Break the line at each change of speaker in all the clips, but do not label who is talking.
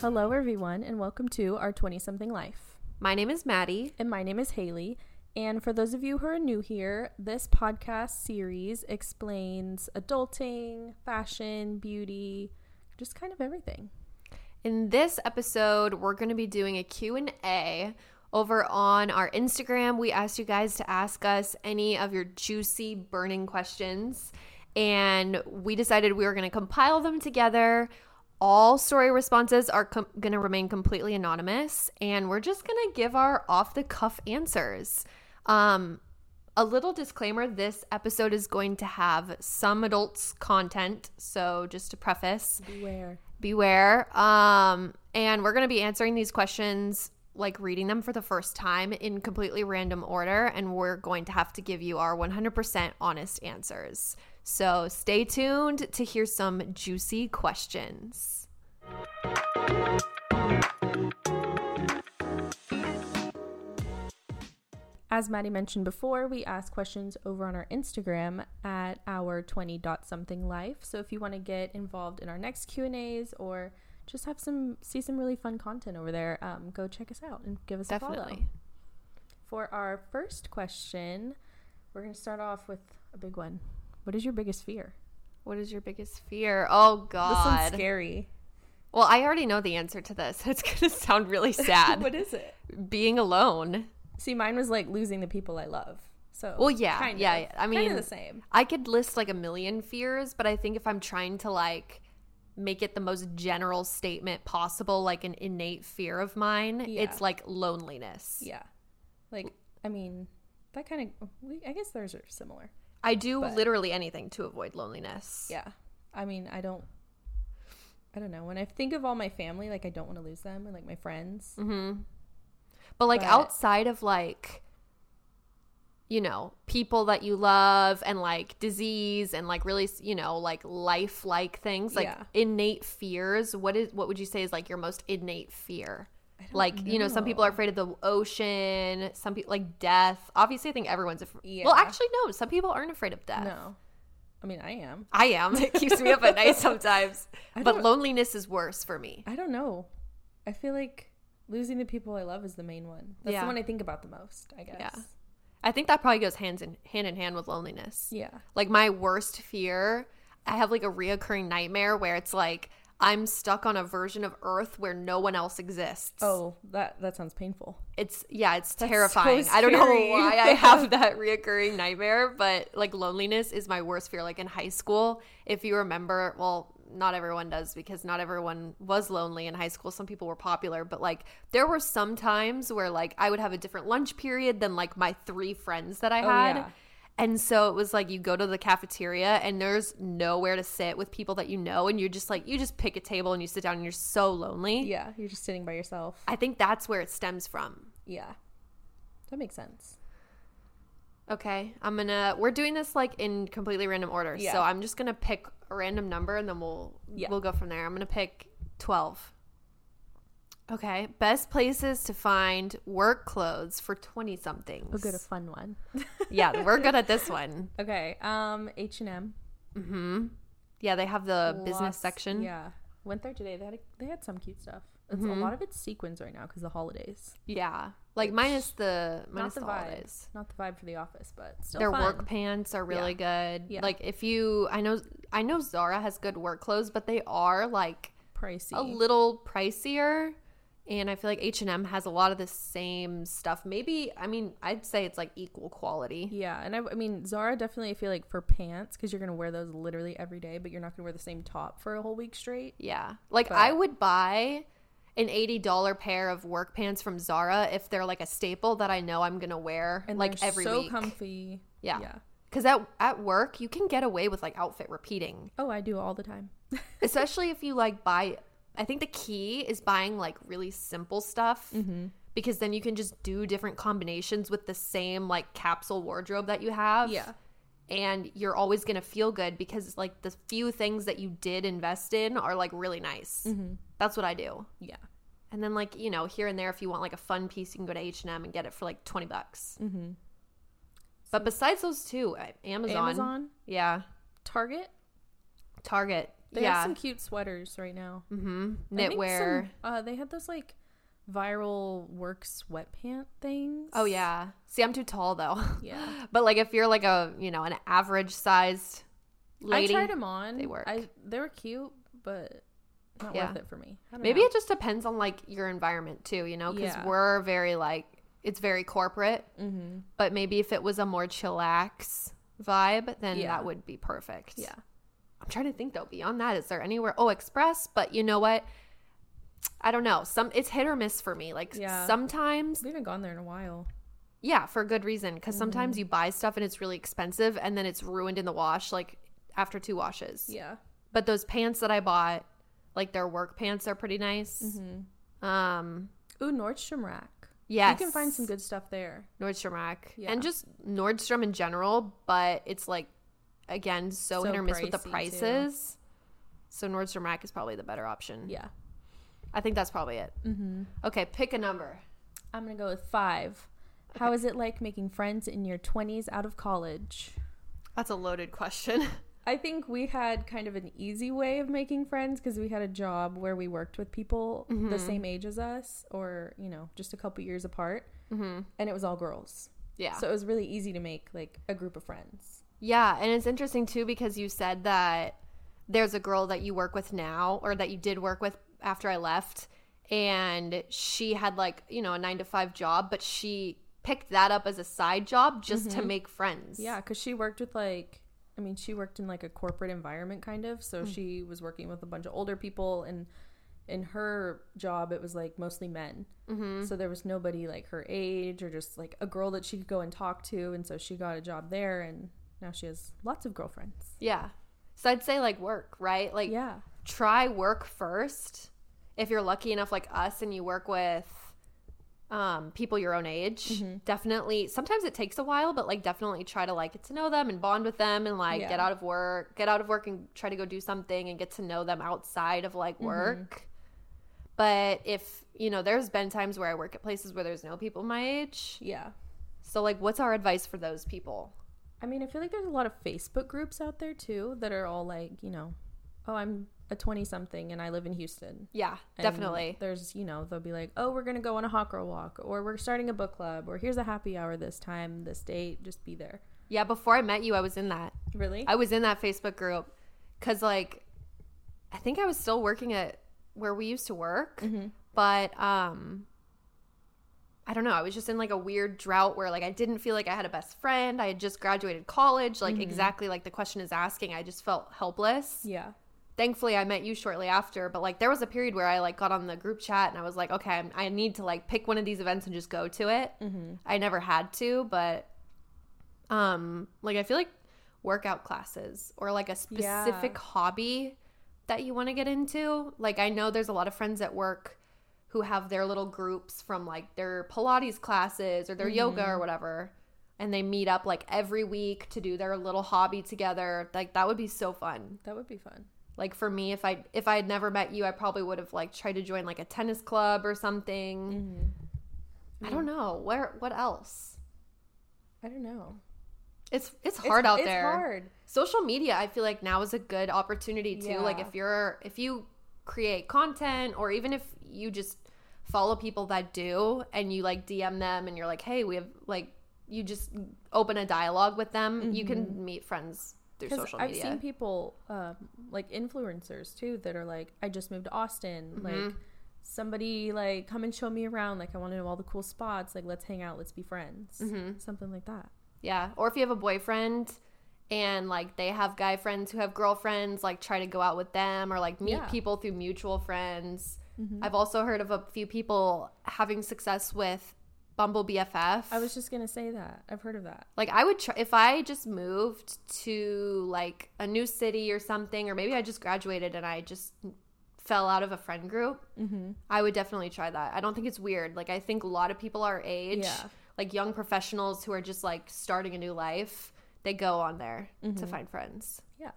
Hello, everyone, and welcome to our 20 something life.
My name is Maddie.
And my name is Haley. And for those of you who are new here, this podcast series explains adulting, fashion, beauty, just kind of everything.
In this episode, we're going to be doing a Q&A over on our Instagram. We asked you guys to ask us any of your juicy burning questions, and we decided we were going to compile them together. All story responses are com- going to remain completely anonymous, and we're just going to give our off the cuff answers. Um, a little disclaimer this episode is going to have some adults content, so just to preface,
Beware.
beware. Um, and we're going to be answering these questions, like reading them for the first time in completely random order. And we're going to have to give you our 100% honest answers. So stay tuned to hear some juicy questions.
As Maddie mentioned before, we ask questions over on our Instagram at our 20 dot something life. So if you want to get involved in our next Q&As or just have some see some really fun content over there, um, go check us out and give us a follow.
Definitely.
For our first question, we're going to start off with a big one. What is your biggest fear?
What is your biggest fear? Oh,
This
God.
one's scary.
well, I already know the answer to this. It's going to sound really sad.
what is it?
Being alone.
See, mine was like losing the people I love. So,
Well, yeah,
kind
yeah,
of.
yeah. I
kind
mean,
of the same.
I could list like a million fears, but I think if I'm trying to like make it the most general statement possible, like an innate fear of mine,
Yeah.
it's like loneliness.
Yeah, like I mean, that kind of. We, I guess theirs are similar.
I do
But-
literally anything to avoid loneliness.
Yeah, I mean, I don't. I don't know. When I think of all my family, like I don't want to lose them, and like my friends.
hmm But like
But-
outside of like, you know, people that you love and like disease and like really, you know, like life like things, like
Yeah.
innate fears. What is what would you say is like your most innate fear?
I don't
like you know some people are afraid of the ocean some people like death obviously i think everyone's afraid well
Yeah.
actually no some people aren't afraid of death
No, I mean, I am.
i am it keeps me up at night sometimes
I
but
don't-
loneliness is worse for me
I don't know. I feel like losing the people I love is the main one. That's
Yeah.
the one I think about the most. I guess.
Yeah. i think that probably goes hands in hand in hand with loneliness
Yeah.
like my worst fear i have like a reoccurring nightmare where it's like i'm stuck on a version of earth where no one else exists
Oh, that that sounds painful.
it's yeah it's
That's so
terrifying i don't know
scary.
why i have that reoccurring nightmare but like loneliness is my worst fear like in high school if you remember well not everyone does because not everyone was lonely in high school some people were popular but like there were some times where like i would have a different lunch period than like my three friends that i
Oh,
had
yeah.
And so it was like you go to the cafeteria and there's nowhere to sit with people that you know, and you're just like, you just pick a table and you sit down and you're so lonely.
Yeah, you're just sitting by yourself.
I think that's where it stems from.
Yeah. That makes sense.
Okay, I'm gonna. We're doing this like in completely random order,
Yeah.
so I'm just gonna pick a random number and then we'll
Yeah.
we'll go from there. I'm gonna pick twelve. Okay, best places to find work clothes for twenty
We'll
somethings.
go to fun one.
yeah, we're good at this one.
Okay. Um H and M.
hmm Yeah, they have the business
Lots-
section.
Yeah. Went there today. They had a, they had some cute stuff. It's a
Mhm.
lot of it's sequins right now because the holidays.
Yeah, like minus the minus
Not the,
the,
vibe.
holidays.
Not the vibe for the office, but still
Their
fun.
work pants are really good.
Yeah.
Like if you, I know, I know Zara has good work clothes, but they are like
pricey.
a little pricier and i feel like h&m has a lot of the same stuff maybe i mean i'd say it's like equal quality
Yeah, and I, I mean Zara definitely. I feel like for pants because you're gonna wear those literally every day, but you're not gonna wear the same top for a whole week straight.
yeah like
But-
i would buy an $80 pair of work pants from zara if they're like a staple that i know i'm gonna wear
And
like
they're
every
so
week
comfy.
yeah
yeah.
because at, at work you can get away with like outfit repeating
Oh, I do all the time.
especially if you like buy i think the key is buying like really simple stuff
Mm-hmm.
because then you can just do different combinations with the same like capsule wardrobe that you have
Yeah.
and you're always going to feel good because like the few things that you did invest in are like really nice
Mm-hmm.
that's what i do
Yeah.
and then like you know here and there if you want like a fun piece you can go to h&m and get it for like 20 bucks
Mhm.
but besides those two I- uh, amazon,
Amazon,
yeah
Target.
target
They
yeah.
have some cute sweaters right now.
mm-hmm.
I think
Knitwear.
some- uh, they had those like viral work sweatpant things.
Oh yeah. See, I'm too tall though.
Yeah.
but like, if you're like a you know an average sized lady,
I tried them on.
they work.
I, they were cute, but not
Yeah.
worth it for me. I don't
maybe
know.
it just depends on like your environment too. You know, because
Yeah.
we're very like it's very corporate.
Mm-hmm.
But maybe if it was a more chillax vibe, then
Yeah.
that would be perfect.
Yeah.
I'm trying to think though. Beyond that, is there anywhere? Oh, Express. But you know what? I don't know. Some it's hit or miss for me. Like
Yeah.
sometimes,
We haven't gone there in a while.
yeah, for good reason. Because
Mm.
sometimes you buy stuff and it's really expensive, and then it's ruined in the wash, like after two washes.
Yeah.
But those pants that I bought, like their work pants, are pretty nice. Um,
Ooh, Nordstrom Rack.
yes,
Mm-hmm. You can find some good stuff there.
Nordstrom Rack
Yeah.
and just Nordstrom in general, but it's like again so,
So
hit or miss with the
pricey, too.
prices. So Nordstrom Rack is probably the better option.
Yeah.
I think that's probably it.
Mm. Mm-hmm.
Okay, pick a number.
I'm going to go with five. How is it like making friends in your 20s out of college?
That's a loaded question.
I think we had kind of an easy way of making friends because we had a job where we worked with people the same age as us or, you know, just a couple years apart. Mm-hmm. And it was all girls.
Yeah.
So it was really easy to make like a group of friends.
yeah, and it's interesting too because you said that there's a girl that you work with now or that you did work with after I left and she had like, you know, a 9 to 5 job, but she picked that up as a side job just to make friends.
Yeah, because she worked with like, I mean, she worked in like a corporate environment kind of. So she was working with a bunch of older people, and in her job, it was like mostly men. Mm-hmm. So there was nobody like her age or just like a girl that she could go and talk to. And so she got a job there, and now she has lots of girlfriends.
Yeah. So I'd say like work, right? Like
Yeah.
try work first. If you're lucky enough like us and you work with um, people your own age,
Mm-hmm.
definitely sometimes it takes a while, but like definitely try to like get to know them and bond with them and like
Yeah.
get out of work, get out of work and try to go do something and get to know them outside of
Mm-hmm.
like work. But if, you know, there's been times where I work at places where there's no people my age.
Yeah.
So like what's our advice for those people?
I mean, I feel like there's a lot of Facebook groups out there too that are all like, you know, oh, I'm a 20 something and I live in Houston.
Yeah,
And
definitely.
There's, you know, they'll be like, oh, we're going to go on a hawk girl walk, or we're starting a book club, or here's a happy hour this time, this date, just be there.
Yeah, before I met you, I was in that.
Really?
I was in that Facebook group because, like, I think I was still working at where we used to work, but um, I don't know. I was just in like a weird drought where, like, I didn't feel like I had a best friend. I had just graduated college, like, exactly like the question is asking. I just felt helpless.
yeah.
Thankfully, I met you shortly after, but like, there was a period where I like got on the group chat and I was like, okay, I'm, I need to like pick one of these events and just go to it. I never had to, but um like I feel like workout classes or like a specific
Yeah.
hobby that you want to get into. Like I know there's a lot of friends at work who have their little groups from like their Pilates classes or their yoga or whatever and they meet up like every week to do their little hobby together. Like that would be so fun.
That would be fun.
Like for me if I if I had never met you, I probably would have like tried to join like a tennis club or something.
Mm-hmm.
I don't know. Where what else?
I don't know.
It's it's hard out there.
It's hard.
Social media, I feel like now is a good opportunity too. Like
Yeah.
if you're if you create content or even if you just follow people that do and you like DM them and you're like, "Hey, we have like you just open a dialogue with them, you can meet friends through
Mm-hmm. Because
social
I've
media.
seen people, um, like influencers too, that are like, I just moved to Austin.
Mm-hmm.
Like, somebody, like, come and show me around. Like, I want to know all the cool spots. Like, let's hang out. Let's be friends.
Mm-hmm.
Something like that.
yeah. Or if you have a boyfriend and like they have guy friends who have girlfriends, like try to go out with them or like meet
Yeah. Mm-hmm.
people through mutual friends. I've also heard of a few people having success with Bumble BFF.
I was just going to say that. I've heard of that.
Like I would try if I just moved to like a new city or something, or maybe I just graduated and I just fell out of a friend group.
Mm-hmm.
I would definitely try that. I don't think it's weird. Like I think a lot of people our age,
Yeah.
like young professionals who are just like starting a new life, they go on there
Mm-hmm.
to find friends.
Yeah.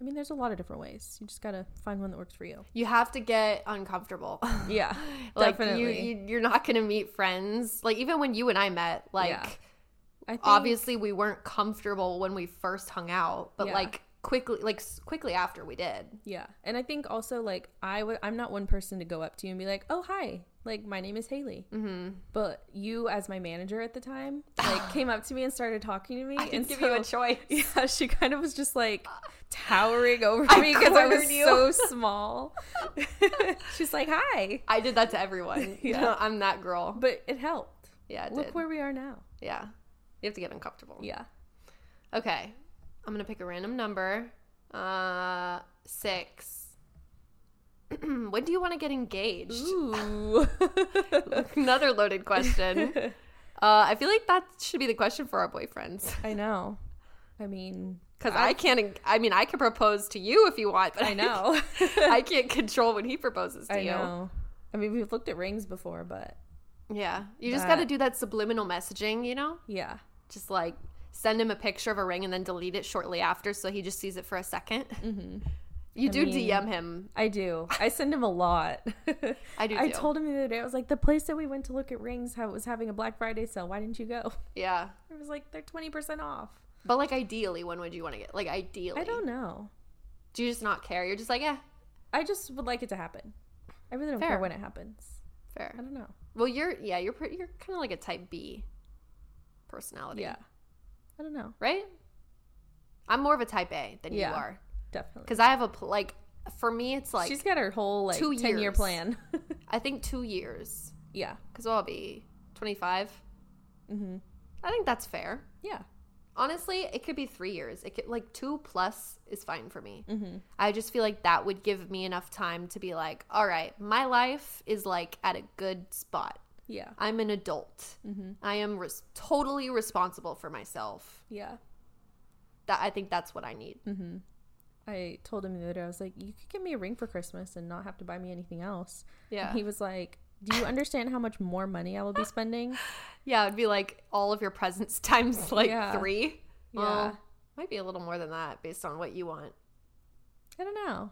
I mean, there's a lot of different ways. You just got to find one that works for you.
You have to get uncomfortable.
Yeah.
like you,
definitely.
you, you're not gonna meet friends. Like even when you and I met, like.
Yeah. I think,
obviously we weren't comfortable when we first hung out but
Yeah.
like quickly like s- quickly after we did.
Yeah. And I think also like I would I'm not one person to go up to you and be like, "Oh, hi. Like my name is Haley."
Mm-hmm.
But you as my manager at the time, like came up to me and started talking to me
I can
and
give
so-
you a choice.
Yeah, she kind of was just like towering over
I
me because I was
cornered you.
so small. She's like, "Hi."
I did that to everyone. You
Yeah.
know, I'm that girl.
But it helped.
Yeah, it
Look
did.
where we are now.
yeah, you have to get uncomfortable.
Yeah.
Okay, I'm gonna pick a random number. Uh, six. when do you want to get engaged?
Ooh.
Another loaded question. uh, I feel like that should be the question for our boyfriends.
I know. I mean,
Because I can't, en- I mean, I can propose to you if you want, but
I know.
I can't control when he proposes to
I
you.
know. I mean, we've looked at rings before, but
Yeah. You just
That-
got to do that subliminal messaging, you know?
yeah.
Just like send him a picture of a ring and then delete it shortly after so he just sees it for a 2nd You do
Mm-hmm. mean-
DM him.
I do. I send him a lot.
I do
I
too.
told him the other day, I was like, the place that we went to look at rings ha- was having a Black Friday sale. Why didn't you go?
Yeah.
I was like, they're 20% off.
But like ideally, when would you want to get? Like ideally.
I don't know.
Do you just not care? You're just like, yeah,
I just would like it to happen. I really don't
Fair.
care when it happens. I
fair.
don't know.
Well, you're, yeah, you're pretty, you're kind of like a type B personality.
Yeah. I don't know.
Right? I'm more of a type A than
Yeah.
you are.
Definitely.
Because I have a, pl- like, for me, it's like,
She's got her whole like
two
10 year
years.
plan.
I think two years.
yeah.
Because I'll be 25.
Mm-hmm.
I think that's fair.
Yeah.
Honestly, it could be three years. It could like two plus is fine for me.
Mm-hmm.
I just feel like that would give me enough time to be like, all right, my life is like at a good spot.
Yeah.
I'm an adult.
Mm-hmm.
I am res- totally responsible for myself.
Yeah.
That I think that's what I need.
Mm-hmm. I told him the other day, I was like, you could give me a ring for Christmas and not have to buy me anything else.
Yeah,
And he was like, do you understand how much more money I will be spending?
yeah. It'd be like all of your presents times like
Yeah.
three.
Yeah.
Well, might be a little more than that based on what you want.
I don't know.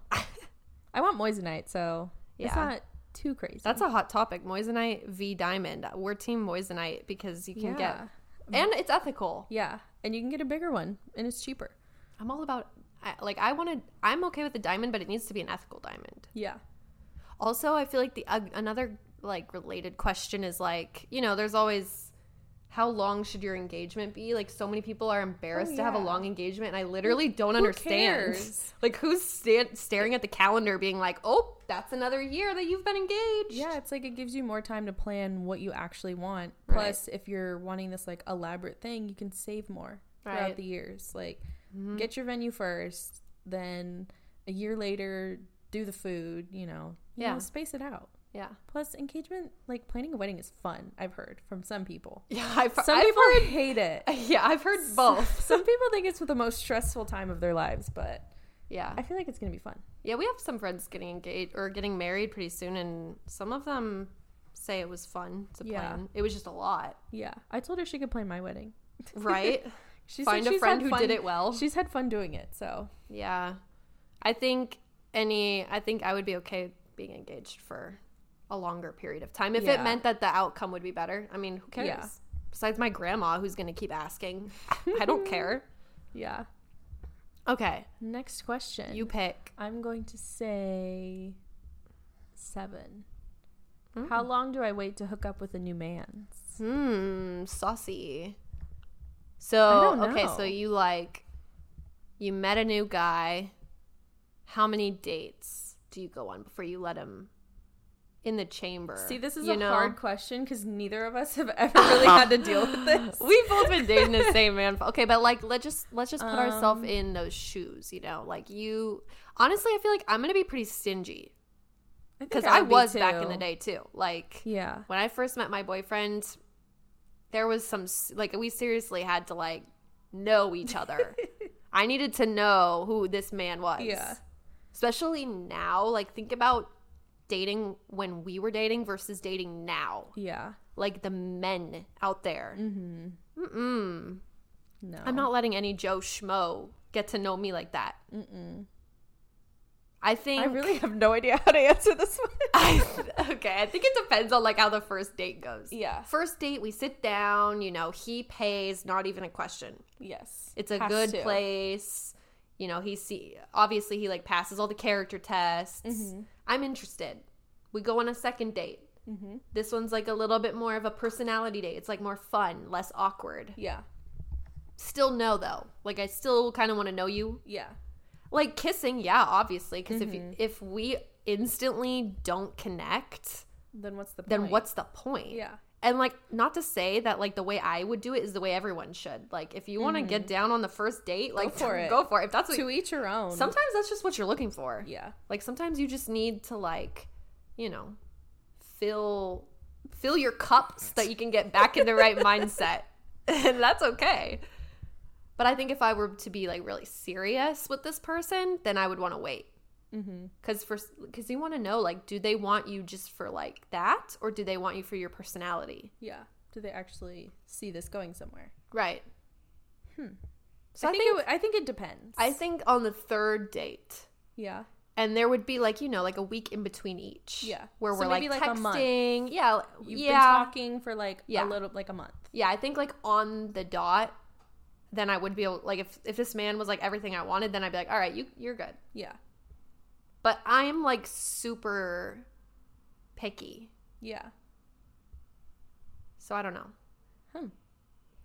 I want Moissanite, so it's
Yeah.
not too crazy.
That's a hot topic. Moissanite v Diamond. We're team Moissanite because you can
yeah.
get and it's ethical.
Yeah. And you can get a bigger one and it's cheaper.
I'm all about I, like I want to. I'm okay with the diamond, but it needs to be an ethical diamond.
Yeah.
Also, I feel like the uh, another like related question is like you know, there's always how long should your engagement be? Like so many people are embarrassed to have a
Oh, yeah.
long engagement, and I literally don't understand.
cares?
Like who's stand, staring at the calendar, being like, oh, that's another year that you've been engaged.
Yeah, it's like it gives you more time to plan what you actually want.
Right.
Plus, if you're wanting this like elaborate thing, you can save more throughout
Right. Mm-hmm.
the years. Like, get your venue first, then a year later, do the food. You know, you
Yeah.
know, space it out.
yeah,
Plus, engagement like planning a wedding is fun. I've heard from some people.
yeah. I've,
Some
I've
people
heard,
hate it.
yeah, I've heard both.
some people think it's the most stressful time of their lives, but
Yeah,
I feel like it's gonna be fun.
Yeah, we have some friends getting engaged or getting married pretty soon, and some of them say it was fun to
Yeah.
plan. It was just a lot,
Yeah, I told her she could plan my wedding.
right?
She said
Find a
she's
friend
had
who
fun-
did it well.
She's had fun doing it, so
yeah, I think any. I think I would be okay being engaged for a longer period of time if
Yeah.
it meant that the outcome would be better. I mean, who cares?
Yeah.
Besides my grandma, who's gonna keep asking, I don't care.
yeah.
Okay,
Next question.
you pick.
I'm going to say seven.
Mm.
How long do I wait to hook up with a new man?
Hmm, saucy. So
I don't
okay, so
know.
you like you met a new guy. How many dates do you go on before you let him in the chamber?
See, this is
you
a
know?
hard question because neither of us have ever really had to deal with this.
We've both been dating the same man. for- Okay, but like let's just let's just put ourselves
Um,
in those shoes, you know? Like you honestly I feel like I'm gonna be pretty stingy.
think
Because I,
would be
was back in
too.
the day too. Like
Yeah.
when I first met my boyfriend, there was some s- like we seriously had to like know each other. I needed to know who this man was.
Yeah.
Especially now, like think about dating when we were dating versus dating now.
Yeah.
Like the men out there.
Mm-hmm. Oh.
Mm-mm.
No.
I'm not letting any Joe Schmo get to know me like that.
Mm-mm.
I think
I really have no idea how to answer this one.
I, okay, I think it depends on like how the first date goes.
Yeah.
First date, we sit down, you know, he pays, not even a question.
yes.
It's a
Has
good
to.
place. you know, he see obviously he like passes all the character tests.
Mhm.
I'm interested. We go on a second date.
Mm-hmm.
This one's like a little bit more of a personality date. It's like more fun, less awkward.
Yeah.
Still no though. Like I still kind of want to know you.
Yeah.
Like kissing, yeah, obviously, because if
Mm-hmm.
you, if we instantly don't connect,
Then what's the point?
then what's the point?
Yeah.
And like not to say that like the way I would do it is the way everyone should. Like if you want to get down on the first date, like
Mm. for it.
go for it. If that's what
To each your own.
sometimes that's just what you're looking for.
Yeah.
Like sometimes you just need to like, you know, fill fill your cup so that you can get back in the right mindset. And that's okay. But I think if I were to be like really serious with this person, then I would want to wait.
Mm-hmm.
Cause for cause you want to know like, do they want you just for like that, or do they want you for your personality?
Yeah. Do they actually see this going somewhere?
Right. So
Hmm. I,
I
think,
think-
it. w- I think it depends.
I think on the third date,
yeah.
and there would be like you know like a week in between each.
Yeah.
where
So
we're like
maybe, like, a month.
texting. Yeah,
You've
yeah,
been talking for like
Yeah.
a little, like a month.
yeah. I think like on the dot, then I would be able like if if this man was like everything I wanted, then I'd be like, all right, you you're good.
Yeah.
But I'm like super picky,
Yeah.
so I don't know.
Hmm.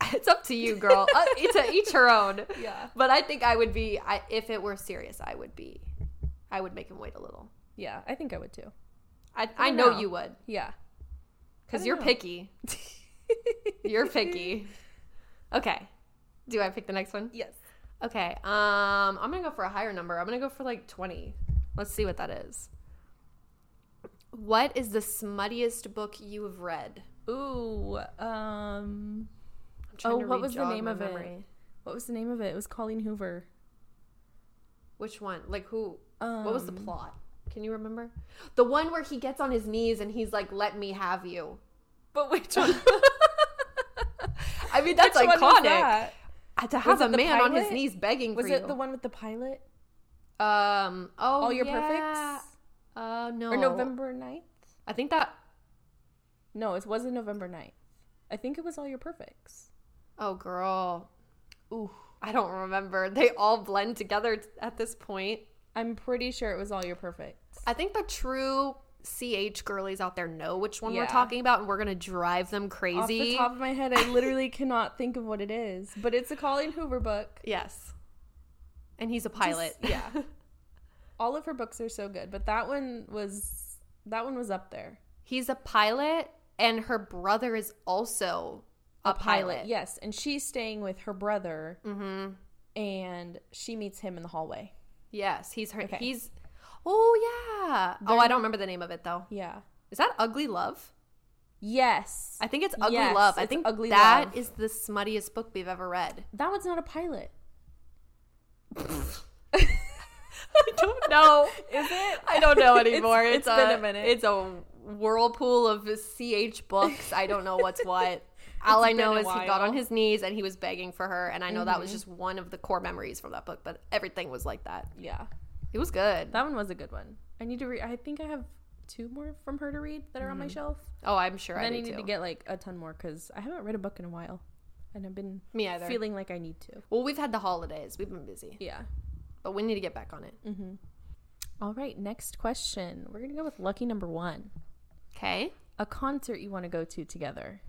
It's up to you, girl. uh, it's a, each her own.
Yeah.
But I think I would be, I, if it were serious, I would be, I would make him wait a little.
Yeah. I think I would too.
I,
I
I know
know.
you would,
Yeah. I
because
don't
you're
know.
picky. You're picky. Okay. Do I pick the next one?
yes.
Okay. Um, I'm gonna go for a higher number. I'm gonna go for like 20. Let's see what that is. What is the smuttiest book you have read?
Ooh. Um.
I'm trying
Oh,
to
what was the
rejog
name
my
of it? What was the name of it? It was Colleen Hoover.
Which one? Like who?
Um,
what was the plot? Can you remember? The one where he gets on his knees and he's like, "Let me have you."
But which one?
I mean, that's
Which
iconic.
one was that?
Uh, To have
it
a
the
man on his
pilot?
knees begging
Was
for
it
you.
the one with the pilot?
um. Oh,
All Your
yeah.
Perfects?
Uh, no.
Or November 9th?
I think that.
No, it wasn't November 9th. I think it was All Your Perfects.
Oh, girl.
Ooh.
I don't remember. They all blend together t- at this point.
I'm pretty sure it was All Your Perfects.
I think the true CH girlies out there know which one we're
Yeah.
talking about, and we're gonna drive them crazy.
Off the top of my head, I literally cannot think of what it is, but it's a Colleen Hoover book.
Yes. And he's a pilot.
Just- yeah. All of her books are so good, but that one was that one was up there.
he's a pilot, and her brother is also a, pilot.
Yes, and she's staying with her brother
Mm-hmm.
and she meets him in the hallway.
Yes, he's her.
Okay.
He's. Oh yeah. oh, I don't remember the name of it though.
Yeah.
Is that Ugly Love?
Yes.
I think it's Ugly
Yes,
Love. I
it's
think
Ugly
that
Love.
is the smuttiest book we've ever read.
That one's not a pilot.
I don't know.
Is it?
I don't know anymore.
It's- it's
It's, a,
been a minute.
It's a whirlpool of ch books. I don't know what's what. All
It's
I know
been a
is he got
while. Mm-hmm.
on his knees and he was begging for her, and I know that was just one of the core memories from that book. But everything was like that.
Yeah.
It was good.
That one was a good one. I need to read. I think I have two more from her to read that are on my shelf.
oh, I'm sure I
then I
do
need
too.
to get like a ton more because I haven't read a book in a while, and I've been
Me either.
feeling like I need to.
well, we've had the holidays. We've been busy,
Yeah.
but we need to get back on it.
Mm. All right. Next question. We're gonna go with lucky number one.
Okay.
A concert you want to go to together.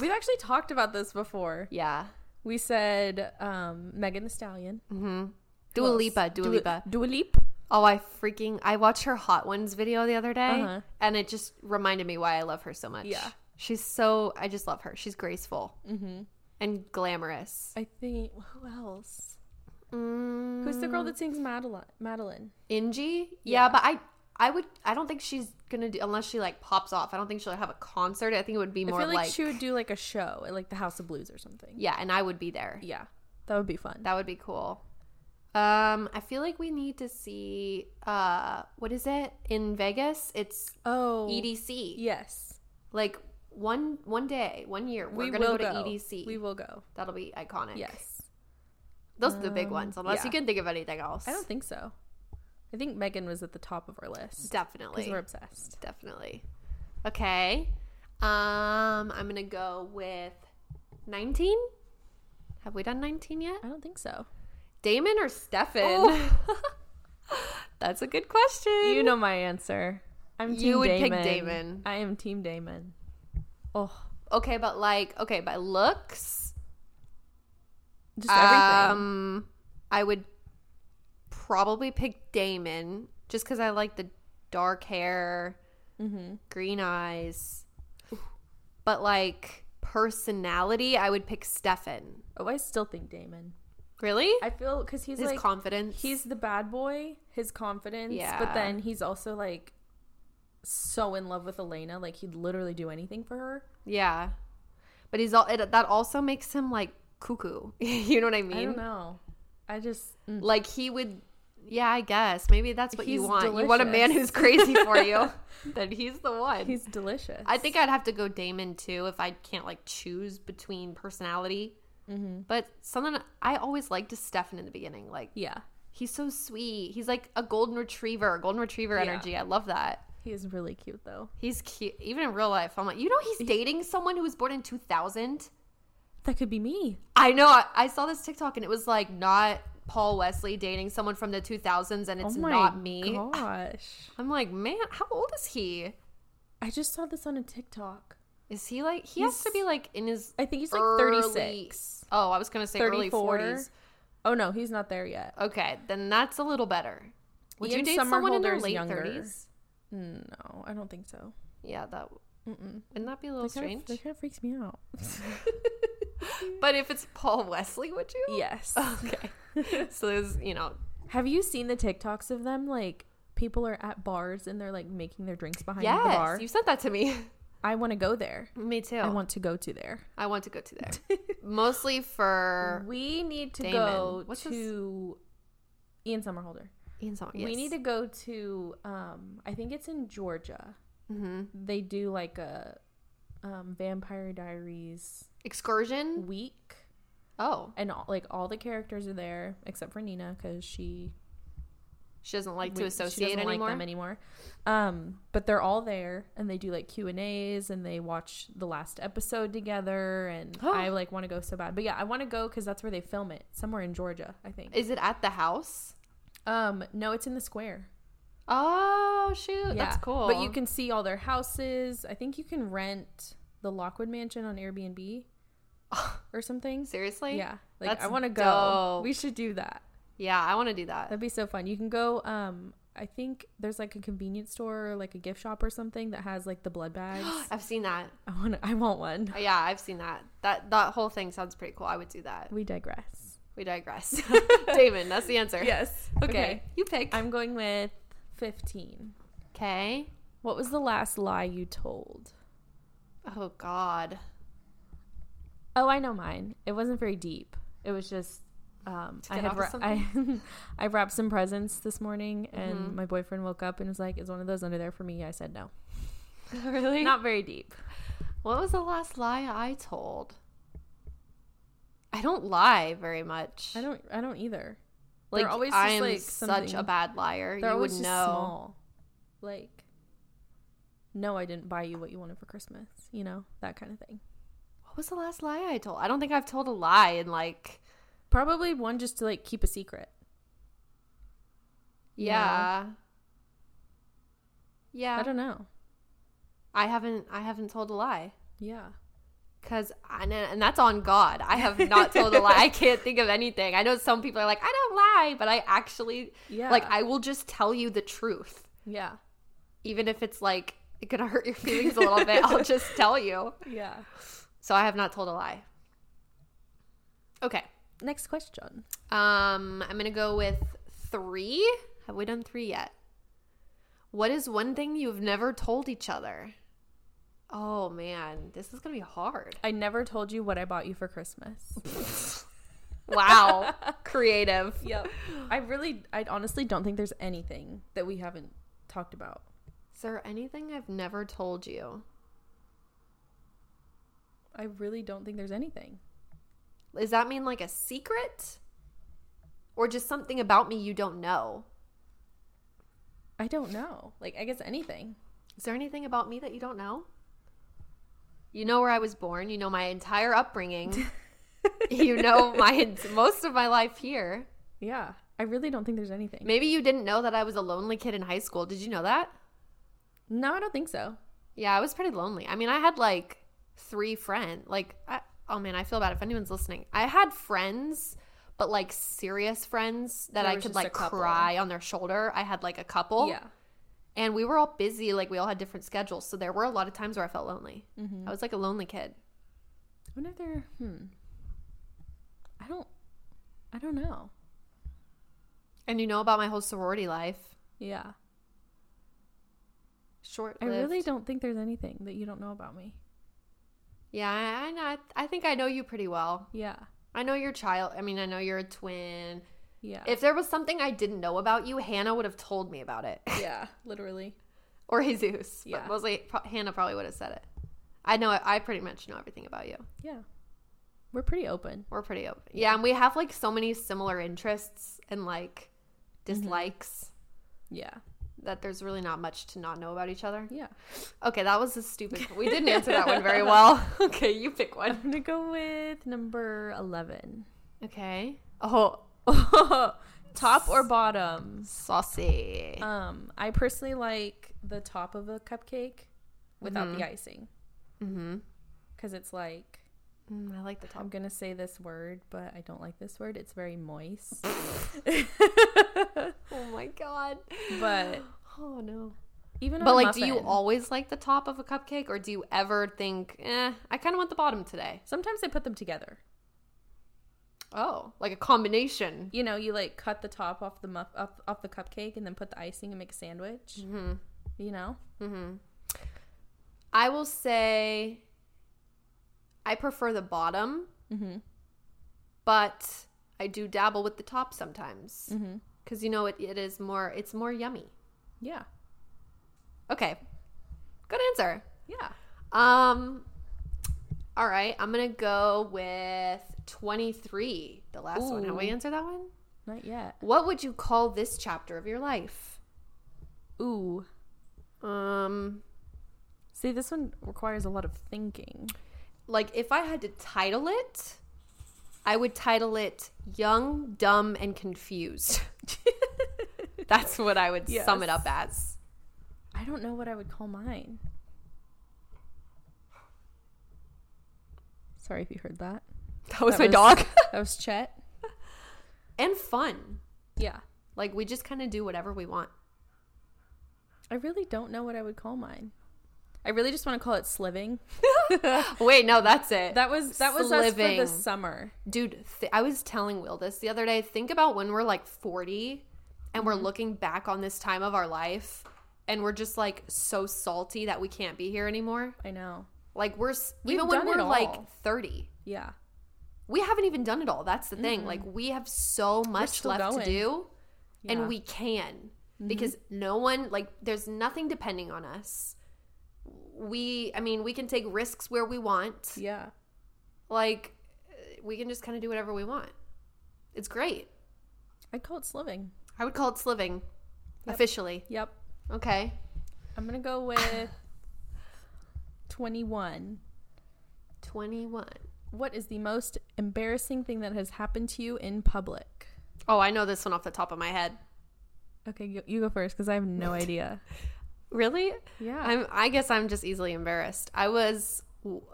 We've actually talked about this before.
Yeah.
We said um, Megan the Stallion,
Dua Lipa. Dua
Dua-
Lipa.
Dua Lipa.
Oh, I freaking I watched her Hot Ones video the other day
Uh-huh.
and it just reminded me why I love her so much.
Yeah. Mm-hmm.
She's so I just love her. She's graceful and glamorous.
I think who else?
Mm,
Who's the girl that sings Madeline? Madeline.
Inji? Yeah.
Yeah.
but I I would I don't think she's gonna do unless she like pops off. I don't think she'll have a concert. I think it would be
I
more
feel like,
like,
she would do like a show at like the House of Blues or something.
Yeah, and I would be there.
Yeah, that would be fun.
That would be cool. Um, I feel like we need to see uh what is it? In Vegas? It's E
Oh,
EDC.
Yes,
like one one day one year we're
we
gonna
will
go to E edc
We will go.
that'll be iconic
Yes,
those are the big ones unless
yeah.
you can think of anything else
I don't think so. I think Megan was at the top of our list because
definitely
we're obsessed.
definitely okay um i'm gonna go with 19 have we done 19 yet
I don't think so.
Damon or Stefan? That's a good question.
Oh. You know my answer. I'm
You
team
would pick
Damon.
Damon.
I am team Damon.
oh, okay, but like, okay, by looks,
Just everything.
um, I would probably pick Damon just because I like the dark hair,
Mm-hmm.
green eyes. But like personality, I would pick Stefan.
Oh, I still think Damon.
Really?
I feel because he's
His
like
confidence.
he's the bad boy, his confidence,
Yeah.
but then he's also like so in love with Elena, like he'd literally do anything for her.
yeah, but he's all. It, that also makes him like cuckoo. you know what I mean?
I don't know. I just mm.
Like he would. Yeah, I guess maybe that's what you
He's
want. You want a man who's
delicious.
crazy for you. then he's the one.
he's delicious.
I think I'd have to go Damon too if I can't like choose between personality.
Mm-hmm.
But something I always liked is Stefan in the beginning. Like
yeah,
he's so sweet. He's like a golden retriever, golden retriever
Yeah.
energy. I love that.
he is really cute though.
He's cute. Even in real life, I'm like, you know, he's dating someone who was born in 2000.
That could be me.
I know. I, I saw this TikTok and it was like not Paul Wesley dating someone from the 2000s, and it's
oh my
not me.
gosh.
I'm like, man, how old is he?
I just saw this on a TikTok.
Is he like he has to
He's-
be like in his
I think he's like
early-
36.
Oh, I was gonna say early
34.
forties.
Oh no, he's not there yet.
Okay, then that's a little better. Would you
Ian
date someone in their
Somerhalder's
late
younger.
thirties?
No, I don't think so.
Yeah, that
Mm-mm.
wouldn't that be a little
That kind
strange.
of- that kind of freaks me out.
but if it's Paul Wesley, would you?
yes.
Okay. so there's you know
Have you seen the TikToks of them? Like people are at bars and they're like making their drinks behind the bar.
yes, you sent that to me.
I want to go there.
me too.
I want to go to there.
I want to go to there mostly for
We need to
Damon.
go
What's his-
to Ian Somerhalder.
Ian Somerhalder.
We need to go to um I think it's in Georgia.
hmm
They do like a um Vampire Diaries
excursion.
week
Oh,
and all, like all the characters are there except for Nina cuz she
she doesn't like
we-
to associate
she doesn't
anymore.
like them anymore. Um, but they're all there, and they do like Q and A's, and they watch the last episode together. And
Oh.
I like want to go so bad, but yeah, I want to go because that's where they film it, somewhere in Georgia, I think.
Is it at the house?
um, no, it's in the square.
Oh shoot, that's cool.
But you can see all their houses. I think you can rent the Lockwood Mansion on Airbnb or something.
seriously,
Yeah, like
That's
I want to go.
dope.
We should do that.
yeah, I want to do that.
That'd be so fun. You can go. Um, I think there's like a convenience store, or like a gift shop or something that has like the blood bags.
I've seen that.
I want. I want one.
Uh, Yeah, I've seen that. That that whole thing sounds pretty cool. I would do that.
We digress.
We digress. Damon, that's the answer.
Yes.
Okay. you pick.
I'm going with fifteen.
Okay.
What was the last lie you told?
Oh God.
Oh, I know mine. It wasn't very deep. It was just. Um, I
get
had
off of
wra- I, I wrapped some presents this morning, and my boyfriend woke up and was like, "Is one of those under there for me?" I said no.
really?
Not very deep.
What was the last lie I told? I don't lie very much.
I don't. I don't either.
like.
they're always
I
just,
am
like,
such a
something-
bad liar.
They're
you would
always
know.
just small. Like, no, I didn't buy you what you wanted for Christmas. You know that kind of thing.
What was the last lie I told? I don't think I've told a lie in like.
Probably one just to like keep a secret. You know?
Yeah. Yeah.
I don't know.
I haven't. I haven't told a lie.
Yeah.
Cause I, know- and that's on God. I have not told a lie. I can't think of anything. I know some people are like, I don't lie, but I actually,
Yeah.
like, I will just tell you the truth,
Yeah.
even if it's like it gonna hurt your feelings a little bit. I'll just tell you.
Yeah.
So I have not told a lie. Okay,
Next question.
um, I'm gonna go with three. Have we done three yet? What is one thing you've never told each other? Oh man, this is gonna be hard.
I never told you what I bought you for Christmas.
Wow, creative.
yep. I really, I honestly don't think there's anything that we haven't talked about.
Is there anything I've never told you?
I really don't think there's anything.
Does that mean like a secret? Or just something about me you don't know?
I don't know. Like, I guess anything.
Is there anything about me that you don't know? You know where I was born, you know my entire upbringing, you know my most of my life here.
Yeah. I really don't think there's anything.
Maybe you didn't know that I was a lonely kid in high school. Did you know that?
No, I don't think so.
Yeah, I was pretty lonely. I mean, I had like three friends. Like, I, oh man, I feel bad if anyone's listening. I had friends, but like serious friends that
There
I
was
could
just a
like
couple.
cry on their shoulder. I had like a couple.
Yeah.
And we were all busy. Like, we all had different schedules. So there were a lot of times where I felt lonely.
Mm-hmm.
I was like a lonely kid.
I wonder if they're hmm. I don't I don't know.
And you know about my whole sorority life.
Yeah.
Short.
I really don't think there's anything that you don't know about me.
Yeah, I, I know. I think I know you pretty well.
Yeah.
I know your child. I mean, I know you're a twin.
Yeah.
If there was something I didn't know about you, Hannah would have told me about it.
yeah, literally.
or Jesus.
Yeah.
But mostly, pro- Hannah probably would have said it. I know. I pretty much know everything about you.
Yeah. We're pretty open.
We're pretty open. Yeah, and we have like so many similar interests and like dislikes
Yeah.
that there's really not much to not know about each other.
Yeah.
Okay, that was a stupid. we didn't answer that one very well. Okay, you pick one.
I'm gonna go with number eleven.
Okay.
Oh top or bottom?
Saucy.
Um, I personally like the top of a cupcake without the icing.
mm-hmm.
Because it's like
Mm, I like the top.
I'm gonna say this word, but I don't like this word. It's very moist.
Oh my god.
but
Oh no.
even on
But
a
like, do you
muffin-
always like the top of a cupcake, or do you ever think, eh, I kind of want the bottom today?
sometimes they put them together.
Oh, like a combination.
You know, you like cut the top off the muff off, off the cupcake and then put the icing and make a sandwich.
Mm-hmm.
You know,
Mm-hmm. I will say, I prefer the bottom,
mm-hmm.
but I do dabble with the top sometimes
Mm-hmm.
because you know it, it is more it's more yummy.
yeah,
Okay, good answer.
yeah.
Um, all right, I'm gonna go with 23. The last one. Have we
Ooh.
answered that one?
Not yet.
What would you call this chapter of your life?
Ooh,
Um,
see, this one requires a lot of thinking.
like if I had to title it, I would title it "Young, Dumb, and Confused." That's what I would sum it up as.
I don't know what I would call mine. Sorry if you heard that.
That was
That
my dog.
That was Chet.
and fun.
Yeah.
Like we just kind of do whatever we want.
I really don't know what I would call mine. I really just want to call it sliving.
Wait, no, that's it.
That was that was us for
Sliving.
the summer.
Dude, th- I was telling Will this the other day. Think about when we're like 40 and
Mm-hmm.
we're looking back on this time of our life and we're just like so salty that we can't be here anymore.
I know.
Like we're s
We've
even when
done it
we're like
all.
30,
Yeah.
we haven't even done it all. That's the thing. Like we have so much
still
left to
going.
do
Yeah. Mm-hmm.
and we can because no one like there's nothing depending on us. We I mean, we can take risks where we want.
Yeah.
Like uh, we can just kind of do whatever we want. It's great.
I'd call it sliving.
I would call it sliving, officially.
Yep.
Okay.
I'm gonna go with twenty one.
21.
What is the most embarrassing thing that has happened to you in public?
Oh, I know this one off the top of my head.
Okay, you, you go first because I have no idea.
Really?
Yeah.
I'm, I guess I'm just easily embarrassed. I was,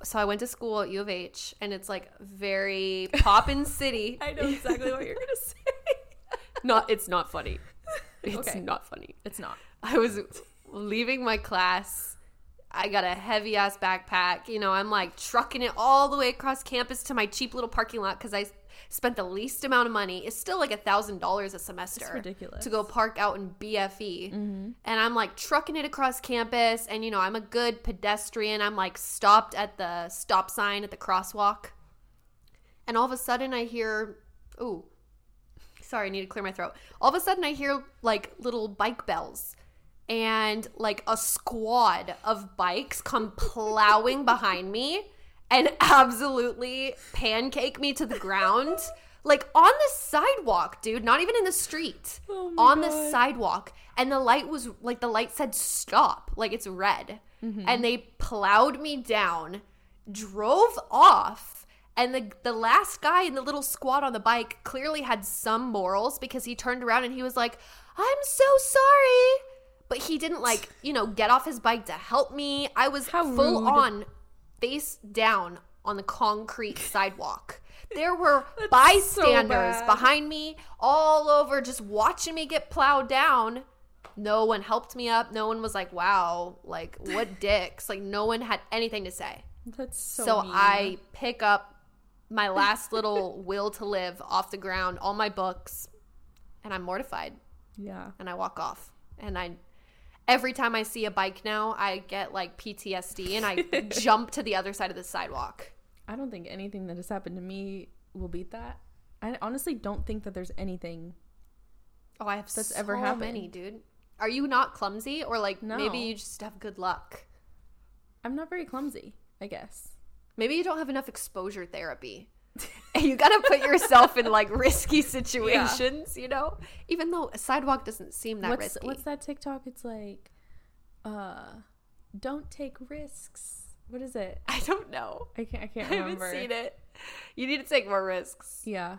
so I went to school at U of H, and it's like very poppin' city.
I know exactly what you're gonna say.
Not, it's not funny. It's
Okay.
not funny.
It's not.
I was leaving my class. I got a heavy ass backpack. You know, I'm like trucking it all the way across campus to my cheap little parking lot because I s- spent the least amount of money. It's still like a thousand dollars a semester.
ridiculous.
to go park out in BFE. And I'm like trucking it across campus. And you know, I'm a good pedestrian. I'm like stopped at the stop sign at the crosswalk. And all of a sudden, I hear, ooh, sorry, I need to clear my throat. All of a sudden, I hear like little bike bells, and like a squad of bikes come plowing behind me and absolutely pancake me to the ground. Like on the sidewalk, dude, not even in the street.
Oh my
on the
God.
sidewalk. And the light was like, the light said stop, like it's
Mm-hmm.
red. And they plowed me down, drove off, And the the last guy in the little squad on the bike clearly had some morals because he turned around and he was like, "I'm so sorry." But he didn't like, you know, get off his bike to help me. I was
How
full
rude.
on face down on the concrete sidewalk. There were bystanders
bad.
behind me, all over, just watching me get plowed down. No one helped me up. No one was like, wow, like, what dicks? Like, no one had anything to say.
That's so.
So,
mean.
I pick up my last little will to live off the ground, all my books, and I'm mortified
Yeah.
and I walk off. And I every time I see a bike now, I get like PTSD and I jump to the other side of the sidewalk.
I don't think anything that has happened to me will beat that. I honestly don't think that there's anything.
Oh, I have
That's
so
ever happened.
many, dude. Are you not clumsy or like maybe
No.
you just have good luck?
I'm not very clumsy, I guess.
Maybe you don't have enough exposure therapy. you got to put yourself in like risky situations, you know? Even though a sidewalk doesn't seem that
what's
risky.
what's that TikTok? It's like, uh, don't take risks. What is it?
I don't know.
I can't. I can't
I haven't
remember.
seen it. You need to take more risks.
Yeah.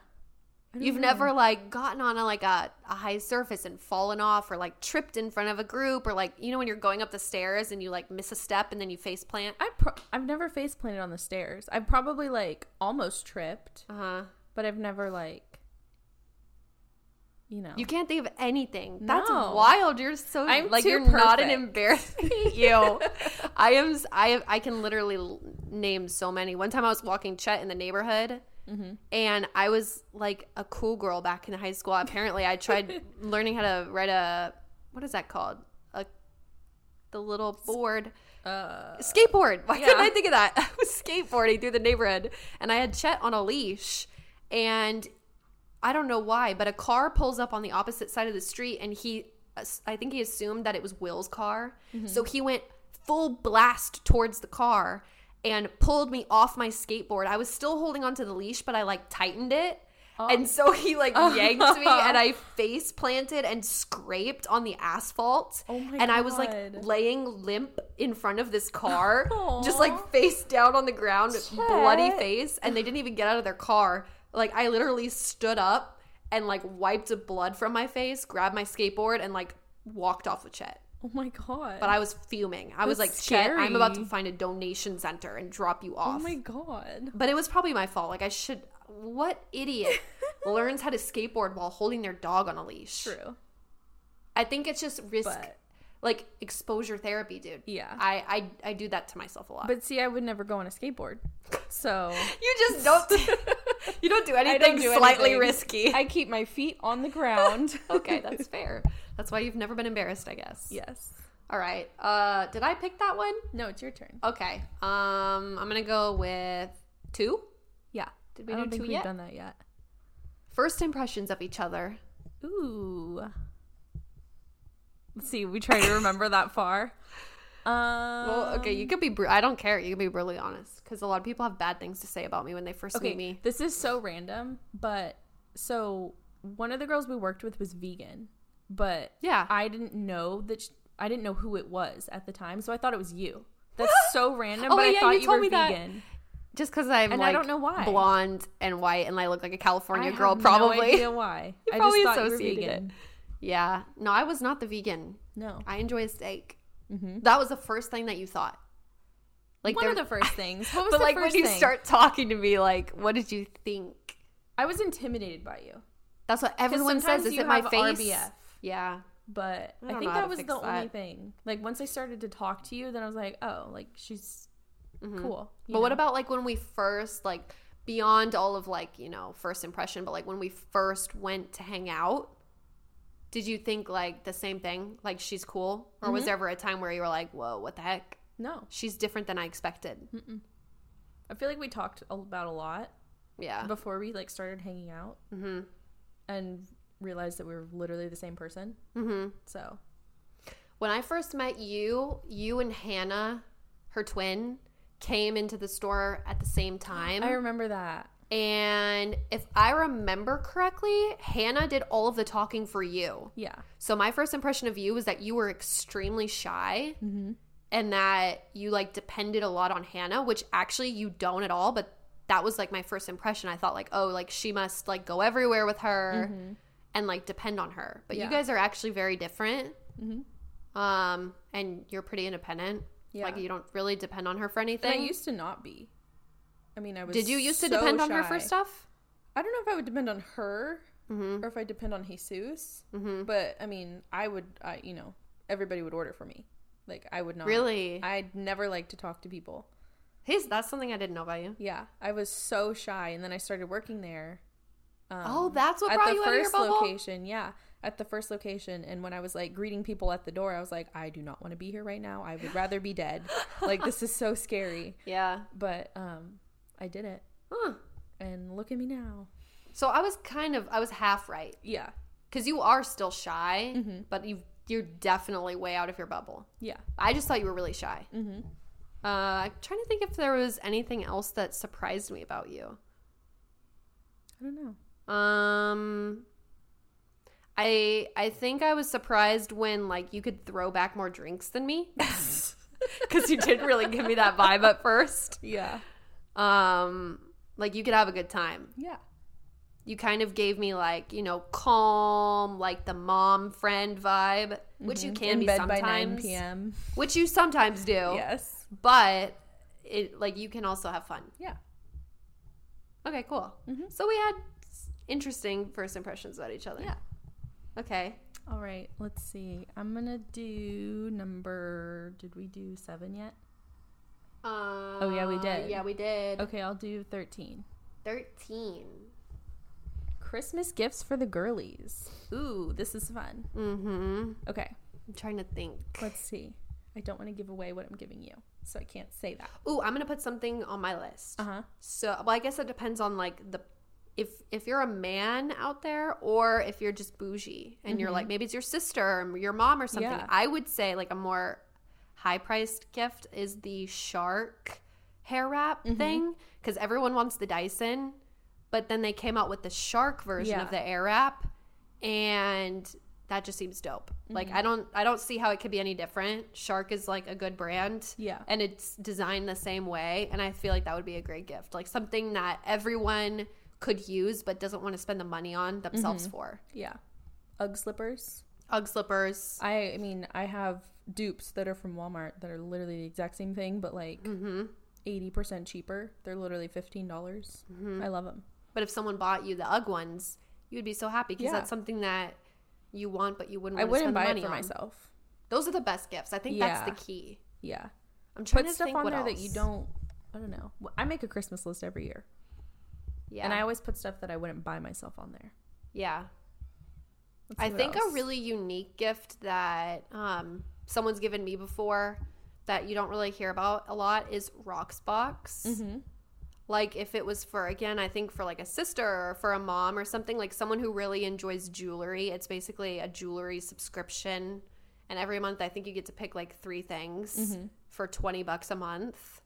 I don't
You've
know.
never like gotten on a, like a, a high surface and fallen off or like tripped in front of a group or like you know when you're going up the stairs and you like miss a step and then you face plant.
I pro- I've never face planted on the stairs. I've probably like almost tripped,
Uh-huh.
but I've never like, you know.
You can't think of anything. That's
No.
wild. You're so
I'm
like
too
you're not an
perfect.
embarrassment. you. I am s- I I can literally l- name so many. One time I was walking Chet in the neighborhood
Mm-hmm.
and I was like a cool girl back in high school. Apparently I tried learning how to write a what is that called? A the little board.
uh,
skateboard. Why couldn't
Yeah.
I think of that? I was skateboarding through the neighborhood and I had Chet on a leash and I don't know why, but a car pulls up on the opposite side of the street and he I think he assumed that it was Will's car.
Mm-hmm.
So he went full blast towards the car and pulled me off my skateboard. I was still holding onto the leash, but I like tightened it.
Oh.
And so he like yanked me and I face planted and scraped on the asphalt.
Oh my
and I was like
God.
laying limp in front of this car,
Aw.
just like face down on the ground, bloody
Chet.
face, and they didn't even get out of their car. Like I literally stood up and like wiped blood from my face, grabbed my skateboard, and like walked off with Chet.
oh my god.
But I was fuming. I was like,
That's
Chet, I'm about to
scary.
find a donation center and drop you
oh
off.
my god.
but it was probably my fault. Like I should. What idiot learns how to skateboard while holding their dog on a leash?
True.
I think it's just risk,
But-
like exposure therapy, dude.
Yeah.
I, I I do that to myself a lot.
But see, I would never go on a skateboard. So
you just don't. you don't do anything
do
slightly
anything.
risky.
I keep my feet on the ground.
okay, that's fair. That's why you've never been embarrassed, I guess.
yes.
All right. Uh, did I pick that one?
No, it's your turn.
Okay. Um, I'm gonna go with two.
Yeah.
Did we
I
do
don't think
two
we've
yet?
done that yet.
First impressions of each other.
Ooh. Let's see. We try to remember that far. Um,
Well, okay, you could be. Br- I don't care. You can be really honest because a lot of people have bad things to say about me when they first
okay.
meet me.
This is so random, but so one of the girls we worked with was vegan, but
Yeah.
I didn't know that. Sh- I didn't know who it was at the time, so I thought it was you. That's so random,
Oh,
but
yeah,
I thought
you
you,
told
were
me that.
vegan.
just because I'm
And I
like
don't know why.
blonde and white and I look like a California
I
girl
have
probably.
No idea why. I just
probably
thought you were
associated it.
vegan.
Yeah. No, I was not the vegan.
No.
I enjoy a steak.
Mhm.
That was the first thing that you thought. Like
One of
there-
the first things. What was
but
the
like
first
when you
thing?
start talking to me, like, what did you think?
I was intimidated by you.
That's what everyone says.
sometimes
Is
you
it my
have
face?
RBF.
Yeah.
but
I
I,
don't know
think
how to
that was the
fix that.
only thing. Like once I started to talk to you, then I was like, oh, like she's cool. you
Mm-hmm. But what
know?
about like when we first like beyond all of like, you know, first impression, but like when we first went to hang out, did you think like the same thing? Like she's cool? Or was there ever a time where you were like, Whoa, what the heck?
no?
She's different than I expected.
I feel like we talked a- about a lot
Yeah.
before we like started hanging out
Mm-hmm.
and realized that we were literally the same person.
Mm-hmm.
So
When I first met you, you and Hannah, her twin, came into the store at the same time.
I remember that.
and if I remember correctly, Hannah did all of the talking for you.
Yeah,
So my first impression of you was that you were extremely shy and that you like depended a lot on Hannah, which actually you don't at all, but that was like my first impression. I thought like, oh, like she must like go everywhere with her and like depend on her. But
Mm-hmm. Yeah. Mm-hmm.
you guys are actually very different. Um, and you're pretty independent.
Yeah.
Like you don't really depend on her for
And I
anything.
used to not be. I mean, I was.
Did you used to
so
depend on her for
shy.
stuff? Mm-hmm.
I don't know if I would depend on her or if I depend on Jesus. But I mean, I would. I you know, everybody would order for me. Like I would not
Really?
I'd never like to talk to people.
He's that's something I didn't know about you.
Yeah, I was so shy, and then I started working there. Um,
oh, that's what brought you out of your bubble.
location. Yeah, at the first location, and when I was like greeting people at the door, I was like, I do not want to be here right now. I would rather be dead. like this is so scary.
Yeah.
But um, I did it,
Huh.
and look at me now.
So I was kind of I was half right
Yeah,
because you are still shy, but you you're definitely way out of your bubble.
yeah.
I just thought you were really shy.
Mm-hmm.
Uh, I'm trying to think if there was anything else that surprised me about you.
I don't know.
Um, I I think I was surprised when like you could throw back more drinks than me because you didn't really give me that vibe at first.
yeah,
Um, like you could have a good time.
yeah,
You kind of gave me like you know calm, like the mom friend vibe, which you can
Mm-hmm. In
be
bed
sometimes,
by nine p.m.
which you sometimes do.
Yes.
But it like you can also have fun.
Yeah.
Okay, cool.
Mm-hmm.
So we had s- interesting first impressions about each other.
Yeah.
Okay.
All right, let's see. I'm gonna do number. Did we do seven yet?
Uh,
Oh, yeah, we did.
Yeah, we did.
Okay, I'll do 13.
13.
Christmas gifts for the girlies. Ooh, this is fun.
Mm-hmm.
Okay,
I'm trying to think.
let's see. I don't want to give away what I'm giving you, so I can't say that.
Ooh, I'm going to put something on my list.
Uh huh.
So, well, I guess it depends on like the if if you're a man out there or if you're just bougie and you're like maybe it's your sister or your mom or something.
Mm-hmm. Yeah.
I would say like a more high-priced gift is the shark hair wrap
Mm-hmm.
thing cuz everyone wants the Dyson, but then they came out with the shark version
Yeah.
of the air wrap and that just seems dope.
Mm-hmm.
Like I don't I don't see how it could be any different. Shark is like a good brand
Yeah.
and it's designed the same way and i feel like that would be a great gift like something that everyone could use but doesn't want to spend the money on themselves
Mm-hmm.
for
Yeah. Ugg slippers.
ugg slippers
I, I mean, I have dupes that are from Walmart that are literally the exact same thing, but like
Mm. Mm-hmm.
80% cheaper. They're literally $15. dollars
Mm-hmm.
I love them.
but if someone bought you the ugg ones you'd be so happy because
Yeah.
that's something that you want but you wouldn't
I
want to
wouldn't
spend the
buy
money
it for
on
myself.
those are the best gifts i think that's
Yeah.
the key
Yeah.
i'm trying
Put
to
stuff
think
on
what
there
else.
that you don't, I don't know. I make a Christmas list every year,
yeah
and I always put stuff that I wouldn't buy myself on there.
yeah
Let's see
I
what
think a
else.
really unique gift that um, someone's given me before that you don't really hear about a lot is Roxbox.
Mm-hmm.
Like if it was for again, I think for like a sister or for a mom or something like someone who really enjoys jewelry. It's basically a jewelry subscription, and every month I think you get to pick like three things for twenty bucks a month.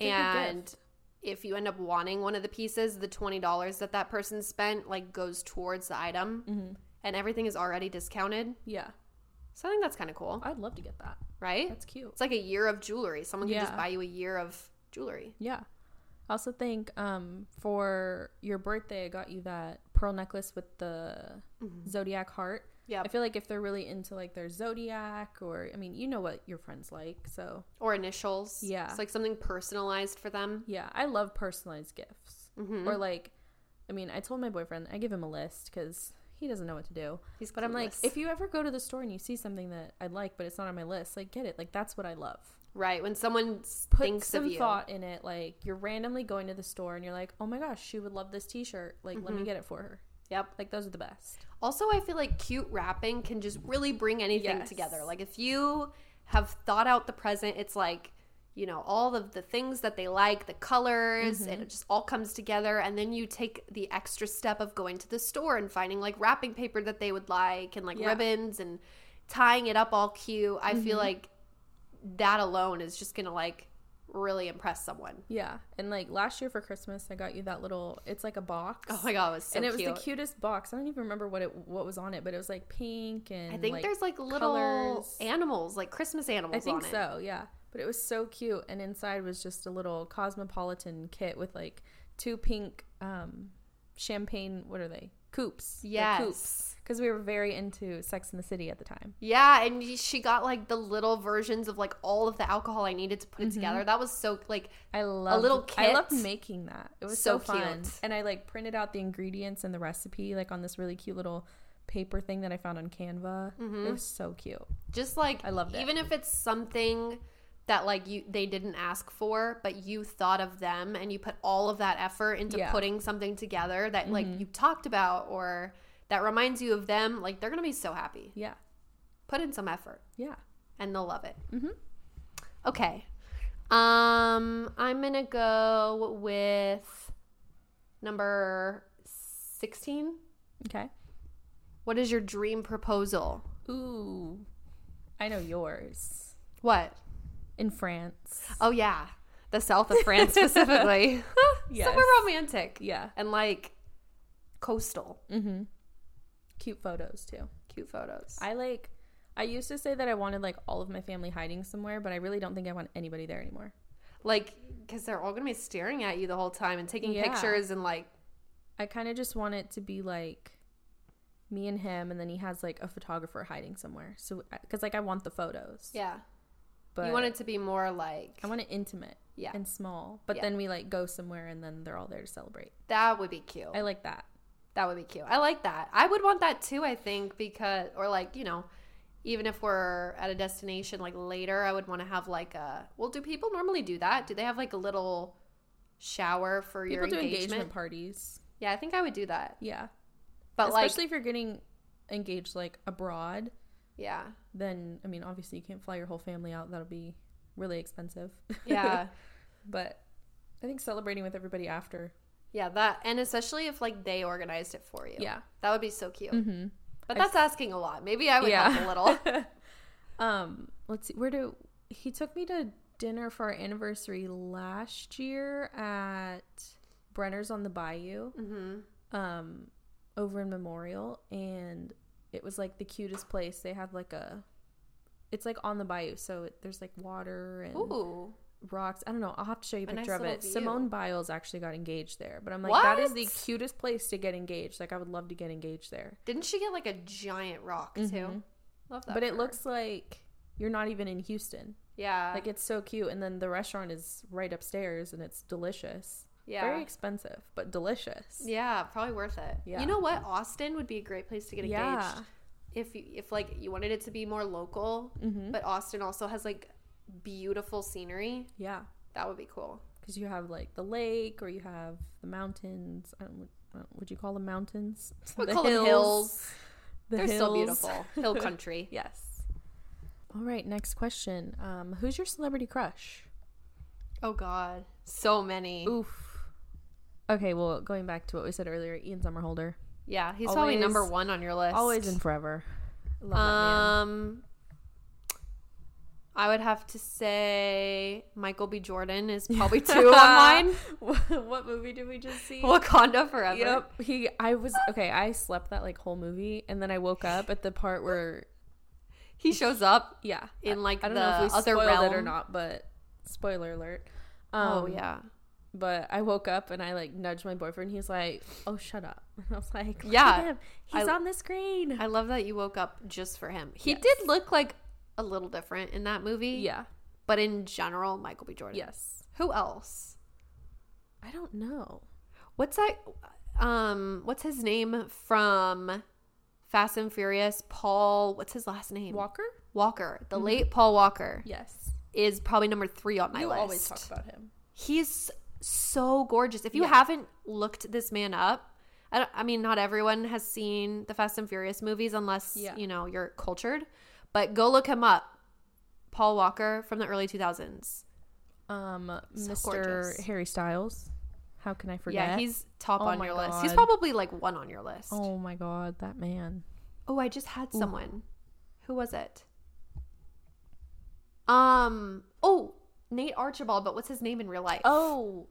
Mm-hmm. It's a good
and
gift.
if you end up wanting one of the pieces, the twenty dollars that that person spent like goes towards the item
Mm-hmm.
and everything is already discounted.
Yeah,
So I think that's kind of cool,
I'd love to get that.
right?
That's cute.
It's like a year of jewelry. Someone can just
Yeah.
buy you a year of jewelry.
Yeah. I also think um, for your birthday, I got you that pearl necklace with the
Mm-hmm.
zodiac heart.
Yeah.
I feel like if they're really into like their zodiac, or I mean, you know what your friends like, so
Or initials.
Yeah.
It's like something personalized for them. Mm-hmm.
yeah, I love personalized gifts. Or like, I mean, I told my boyfriend I give him a list because he doesn't know what to do.
He's
But I'm like,
clueless.
if you ever go to the store and you see something that I like, but it's not on my list, like get it. Like that's what I love.
right when someone s-
put
thinks
some
of you.
thought in it. Like you're randomly going to the store and you're like, oh my gosh, she would love this T-shirt. Like let me get it for her.
Mm-hmm. Yep.
Like those are the best.
Also, I feel like cute wrapping can just really bring anything
Yes.
together. Like if you have thought out the present, it's like you know all of the things that they like, the colors,
Mm-hmm.
and it just all comes together. And then you take the extra step of going to the store and finding like wrapping paper that they would like, and like
Yeah. Mm-hmm.
ribbons, and tying it up all cute. I feel like that alone is just gonna like really impress someone.
Yeah. And like last year for Christmas, I got you that little. It's like a box.
Oh my god, it was so
and it
cute.
was the cutest box. I don't even remember what it what was on it, but it was like pink and
I think
like,
there's like little
colors.
animals, like Christmas animals.
I think
on it.
so, yeah. But it was so cute, and inside was just a little cosmopolitan kit with like two pink um, champagne. What are they? Coops. They're Coops.
Yes.
Because we were very into Sex in the City at the time.
Yeah, and y- she got like the little versions of like all of the alcohol I needed to put it together.
Mm-hmm.
That was so like
I love
little
I loved
kit.
making that. It was
So
so, fun.
cute.
And I like printed out the ingredients and the recipe like on this really cute little paper thing that I found on Canva.
Mm-hmm.
It was so cute.
just like
I loved it.
Even if it's something that like you they didn't ask for, but you thought of them and you put all of that effort into
Yeah. Mm-hmm.
putting something together that like you talked about or that reminds you of them, like they're gonna be so happy.
Yeah.
Put in some effort.
Yeah.
and they'll love it. Mm-hmm. Okay. Um, I'm gonna go with number sixteen.
Okay.
What is your dream proposal?
Ooh. I know yours.
What?
In France.
Oh yeah, the south of France specifically.
Yes.
Somewhere romantic
Yeah.
and like coastal.
Cute photos too.
Cute photos.
I like I used to say that I wanted like all of my family hiding somewhere, but I really don't think I want anybody there anymore.
like because they're all gonna be staring at you the whole time and taking
Yeah.
pictures and like
I kind of just want it to be like me and him, and then he has like a photographer hiding somewhere. So, because like I want the photos,
yeah.
But
you want it to be more like
I want it intimate,
Yeah.
and small. But
Yeah.
then we like go somewhere, and then they're all there to celebrate.
that would be cute.
I like that.
That would be cute. I like that. I would want that too, I think, because, or like, you know, even if we're at a destination like later, I would want to have like a, well, do people normally do that? Do they have like a little shower for your
People do
engagement?
engagement, parties,
Yeah, I think I would do that.
yeah.
But
Especially
like,
if you're getting engaged like abroad,
yeah,
then I mean, obviously you can't fly your whole family out. That'll be really expensive.
yeah,
but I think celebrating with everybody after,
yeah, that. And especially if like they organized it for you.
yeah.
That would be so cute.
Mm-hmm.
But
I-
that's asking a lot. Maybe I would
Yeah.
help a little.
um let's see where do he took me to dinner for our anniversary last year at brenner's on the bayou
hmm
um over in memorial and it was like the cutest place they have like a it's like on the bayou so it, there's like water and
Ooh.
rocks i don't know i'll have to show you a
A
picture
nice
of
little
it
view.
simone biles actually got engaged there but i'm like that is the
What?
cutest place to get engaged like i would love to get engaged there
Didn't she get like a giant rock too?
Mhm.
Love that.
but
for
it
her.
looks like you're not even in houston
yeah,
Like it's so cute, and then the restaurant is right upstairs, and it's delicious.
yeah.
Very expensive, but delicious.
Yeah, probably worth it.
Yeah.
You know what? Austin would be a great place to get engaged.
Yeah.
If you, if like you wanted it to be more local,
Mhm.
but Austin also has like beautiful scenery.
Yeah,
That would be cool.
because you have like the lake, or you have the mountains. I don't, I don't- would you call them mountains?
We call them hills.
The
They're still
hills.
beautiful. Hill country.
Yes. All right. Next question. Um, who's your celebrity crush?
Oh God, so many.
Oof. Okay. Well, going back to what we said earlier, Ian Somerhalder,
Yeah, he's probably number
Always-
one on your list.
always and forever. I Love that man.
Um, I would have to say Michael B. Jordan is probably two on mine.
what movie did we just see?
Wakanda forever.
Yep. He I was okay, I slept that like whole movie and then I woke up at the part where
He shows up
yeah.
in like
I don't
the
know if we
other
spoiled
realm
it or not, but spoiler alert.
Oh
Um,
yeah,
But I woke up and I like nudged my boyfriend. He's like, "Oh, shut up!" And I was like, "Look
Yeah.
at him. he's
I-
on the screen."
I love that you woke up just for him. He did look like a little different in that movie.
yeah.
but in general, Michael B. Jordan.
Yes.
Who else?
I don't know.
What's that? Um, what's his name from Fast and Furious? Paul. What's his last name?
Walker.
Walker.
Mm-hmm.
The late Paul Walker
Yes.
is probably number three on my
You
list.
always talk about him.
He's so gorgeous. If you
Yeah.
haven't looked this man up, I, don't, I mean, not everyone has seen the Fast and Furious movies unless,
Yeah.
you know, you're cultured. But go look him up. Paul Walker from the early 2000s.
Um,
So
Mr.
gorgeous.
Harry Styles. How can I forget?
Yeah, he's top
Oh
on
my
your list. He's
God.
probably like one on your list. Oh,
Oh my god, that man.
I just had someone. Who was it? Um, oh, Nate Archibald, but what's his name in real life?
Oh,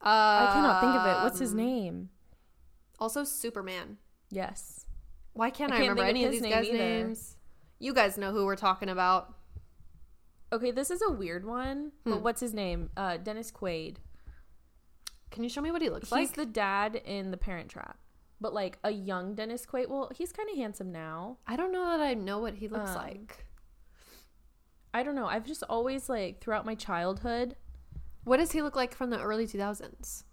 I cannot think of it. What's his
Um,
name?
Also, Superman.
Yes.
Why can't
I
I,
can't
remember
think of
any of
his
these
name
guys'
either.
names? You guys know who we're talking about.
Hmm. Okay, this is a weird one, but what's his name? Uh, Dennis Quaid.
Can you show me what he looks
He's
like?
the dad in The Parent Trap, but like a young Dennis Quaid. Well, he's kind of handsome now.
I don't know that I know what he looks
Um,
like.
I don't know. I've just always like throughout my childhood.
What does he look like from the early 2000s?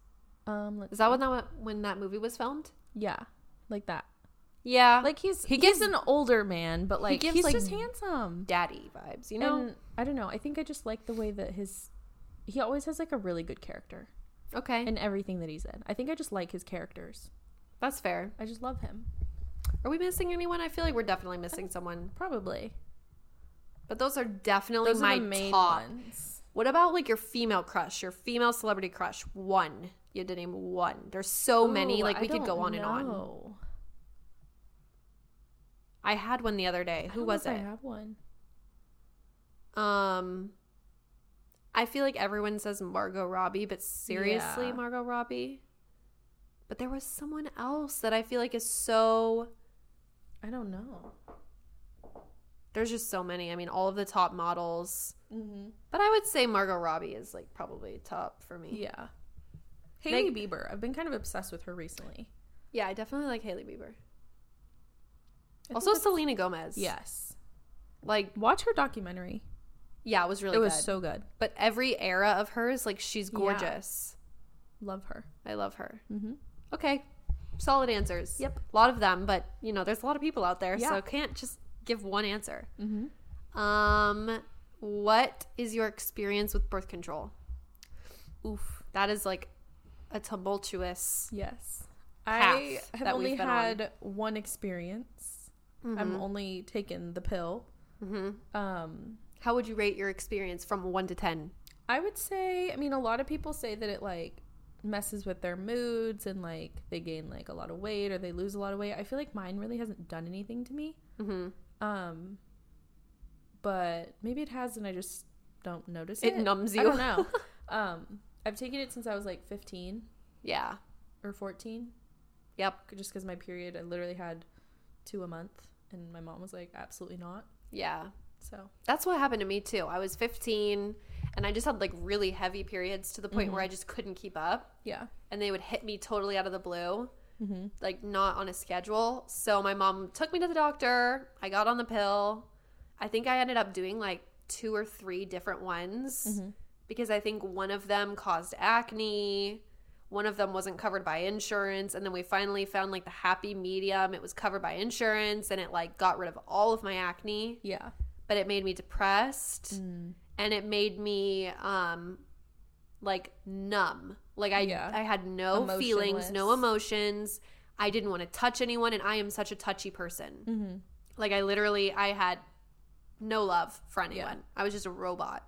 Um, let's-
Is that when that when that movie was filmed?
yeah, like that.
Yeah, like
Like he's
He
he
gives-
gives an older man, but like
gives,
he's
like,
just handsome.
daddy vibes, you know.
And I don't know. I think I just like the way that his he always has like a really good character
okay,
in everything that he's in. I think I just like his characters.
that's fair.
I just love him.
Are we missing anyone? I feel like we're definitely missing someone.
Probably.
But those are definitely
Those
my
are the main
top.
ones.
What about like your female crush, your female celebrity crush? One. You had to name one. There's so many.
Ooh,
Like we
Oh, I
could
don't
go on and on.
know.
I had one the other day.
I don't
Who
know
was
if I
it?
have one.
Um, I feel like everyone says Margot Robbie, but seriously,
Yeah.
Margot Robbie. But there was someone else that I feel like is so.
I don't know.
There's just so many. I mean, all of the top models.
Mm-hmm.
But I would say Margot Robbie is like probably top for me.
Yeah. Hailey
They-
Bieber. I've been kind of obsessed with her recently.
Yeah, I definitely like Haley Bieber.
I think
also,
that's-
Selena Gomez.
Yes.
like
Watch her documentary.
yeah, it was really
it was
good.
so good.
but every era of hers, like she's
Yeah.
gorgeous.
Love her.
I love her.
Mm-hmm.
Okay. Solid answers.
Yep.
A lot of them, but you know, there's a lot of people out there, so
Yeah.
can't just give one answer.
Mm-hmm.
Um what is your experience with birth control?
Oof.
That is like a tumultuous
Yes. I
Path
have
that
only
we've been on. Mm-hmm.
had one experience. I've only taken the pill.
Mhm.
Um,
How would you rate your experience from 1 to 10?
I would say, I mean, a lot of people say that it like messes with their moods and like they gain like a lot of weight or they lose a lot of weight. I feel like mine really hasn't done anything to me.
Mhm.
Um, but maybe it has, and I just don't notice
It
it.
numbs
I
you.
don't know. um, I've taken it since I was like 15
Yeah.
or 14,
Yep.
just because my period, I literally had two a month, and my mom was like, absolutely not.
Yeah.
So,
That's what happened to me too. I was 15 and I just had like really heavy periods to the
Mm-hmm.
point where I just couldn't keep up.
yeah.
and they would hit me totally out of the blue,
Mm-hmm.
like not on a schedule. So my mom took me to the doctor. I got on the pill. I think I ended up doing like two or three different ones
Mhm.
because I think one of them caused acne. One of them wasn't covered by insurance. And then we finally found like the happy medium. It was covered by insurance and it like got rid of all of my acne,
Yeah.
but it made me depressed
Mm.
and it made me um like numb like i
Yeah.
i had no feelings no
Emotionless.
emotions i didn't want to touch anyone and i am such a touchy person
Mm-hmm.
like i literally i had no love for
Yeah.
anyone i was just a robot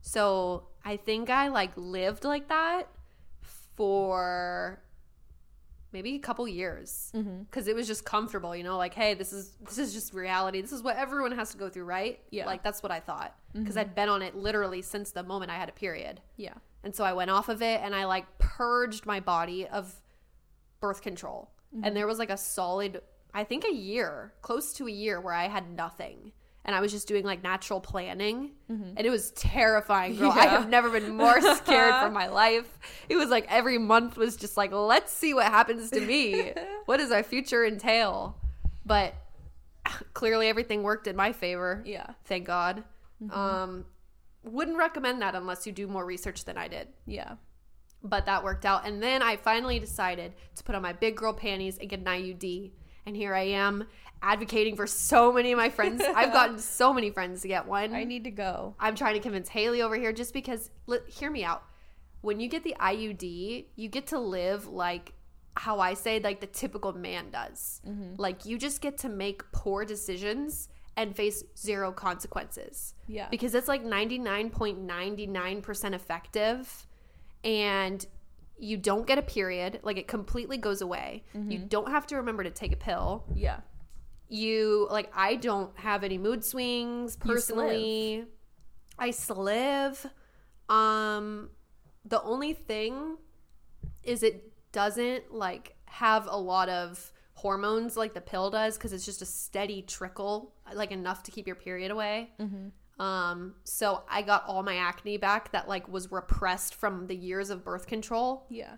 so i think i like lived like that for maybe a couple years
Mm-hmm.
because it was just comfortable you know like hey this is this is just reality this is what everyone has to go through right
Yeah. Mm-hmm.
like that's what i thought because i'd been on it literally since the moment i had a period
Yeah.
and so i went off of it and i like purged my body of birth control and there was like a solid i think a year close to a year where i had nothing and i was just doing like natural planning and it was terrifying girl i
Mm-hmm. Yeah.
have never been more scared for my life it was like every month was just like let's see what happens to me what does our future entail but uh, clearly everything worked in my favor
Yeah.
thank god um wouldn't recommend that unless you do more research than i did
Yeah.
but that worked out. And then I finally decided to put on my big girl panties and get an IUD. And here I am advocating for so many of my friends. I've gotten so many friends to get one.
I need to go.
I'm trying to convince Haley over here just because, li- hear me out. When you get the IUD, you get to live like how I say, like the typical man does. Like you just get to make poor decisions and face zero consequences
Yeah.
because it's like 99.99% effective and you don't get a period like it completely goes away you don't have to remember to take a pill
yeah.
you like i don't have any mood swings
You
personally i slive um the only thing is it doesn't like have a lot of hormones like the pill does because it's just a steady trickle like enough to keep your period away Um, so I got all my acne back that like was repressed from the years of birth control
Yeah.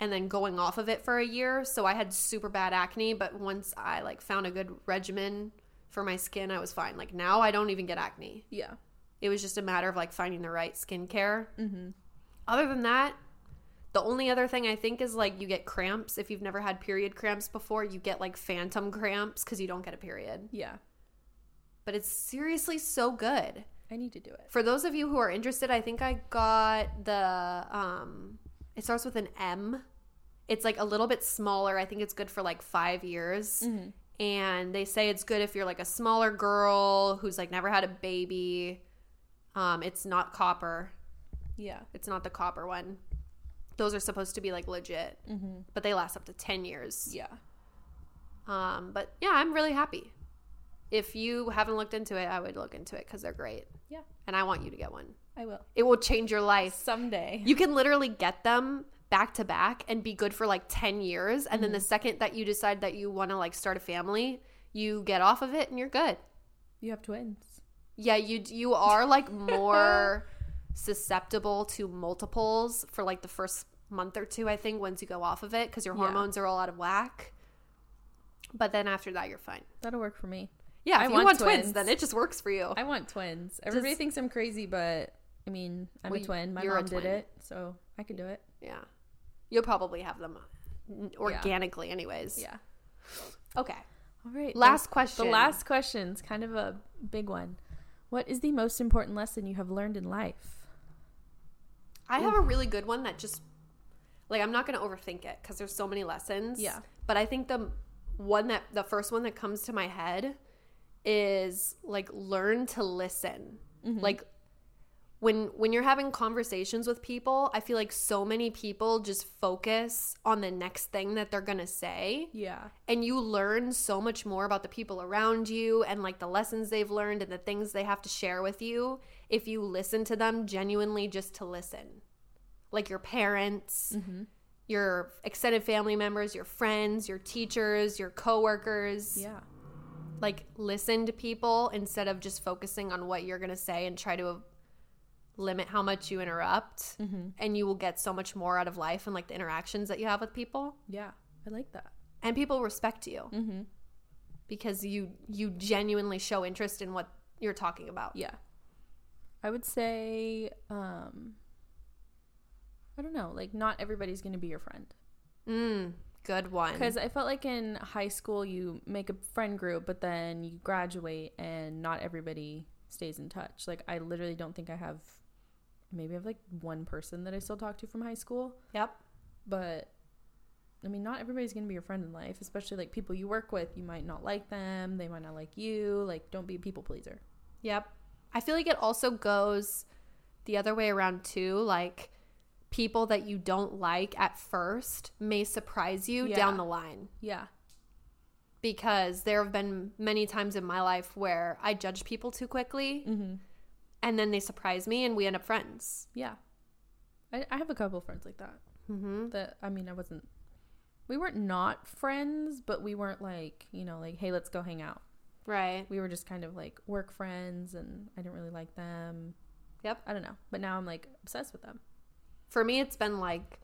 and then going off of it for a year. So I had super bad acne, but once I like found a good regimen for my skin, I was fine. Like now I don't even get acne.
Yeah.
It was just a matter of like finding the right skincare.
Mhm.
Other than that, the only other thing I think is like you get cramps. If you've never had period cramps before, you get like phantom cramps because you don't get a period.
Yeah.
But it's seriously so good.
I need to do it.
For those of you who are interested, I think I got the um it starts with an M. It's like a little bit smaller. I think it's good for like 5 years. And they say it's good if you're like a smaller girl who's like never had a baby. Um it's not copper.
Yeah.
It's not the copper one. Those are supposed to be like legit, but they last up to 10 years.
Yeah.
Um but yeah, I'm really happy. If you haven't looked into it, I would look into it cuz they're great
Yeah.
and I want you to get one.
I will.
It will change your life.
Someday.
You can literally get them back to back and be good for like 10 years. And then the second that you decide that you want to like start a family, you get off of it and you're good.
You have twins.
Yeah, you you are like more susceptible to multiples for like the first month or two, I think, once you go off of it cuz your
Yeah.
hormones are all out of whack. But then after that, you're fine.
That'll work for me.
Yeah,
I
if you
want
want, twins,
twins.
then it just works for you.
I want twins. Everybody
Does-
thinks I'm crazy, but I mean, I'm
Well,
a
y-
twin. My
you're a
mom did
twin.
it, so I could do it.
yeah. You'll probably have them n- organically anyways.
Yeah.
Okay.
All right.
Last
The
question.
last question's kind of a big one. What is the most important lesson you have learned in life?
I have a really good one that just like I'm not going to overthink it cuz there's so many lessons.
Yeah.
But I think the one that the first one that comes to my head is like learn to listen. Like when when you're having conversations with people, I feel like so many people just focus on the next thing that they're going to say
Yeah.
and you learn so much more about the people around you and like the lessons they've learned and the things they have to share with you if you listen to them genuinely just to listen like your parents your extended family members your friends your teachers your coworkers
Yeah.
like listen to people instead of just focusing on what you're going to say and try to limit how much you interrupt and you will get so much more out of life and like the interactions that you have with people
Yeah. I like that.
and people respect you
Mm-hmm.
because you you genuinely show interest in what you're talking about.
Yeah. I would say, um, I don't know, like, not everybody's going to be your friend.
Mm, good one.
Because I felt like in high school, you make a friend group, but then you graduate and not everybody stays in touch. Like, I literally don't think I have, maybe I have like one person that I still talk to from high school.
Yep.
But I mean, not everybody's going to be your friend in life, especially like people you work with. You might not like them, they might not like you. Like, don't be a people pleaser.
Yep. I feel like it also goes the other way around too. Like people that you don't like at first may surprise you
Yeah.
down the line
Yeah.
because there have been many times in my life where I judge people too quickly
Mm-hmm.
and then they surprise me and we end up friends.
Yeah. I, I have a couple friends like that.
Mm-hmm.
That I mean, I wasn't. We weren't not friends, but we weren't like you know like hey, let's go hang out.
Right.
We were just kind of like work friends, and I didn't really like them.
Yep.
I don't know, but now I'm like obsessed with them.
for me it's been like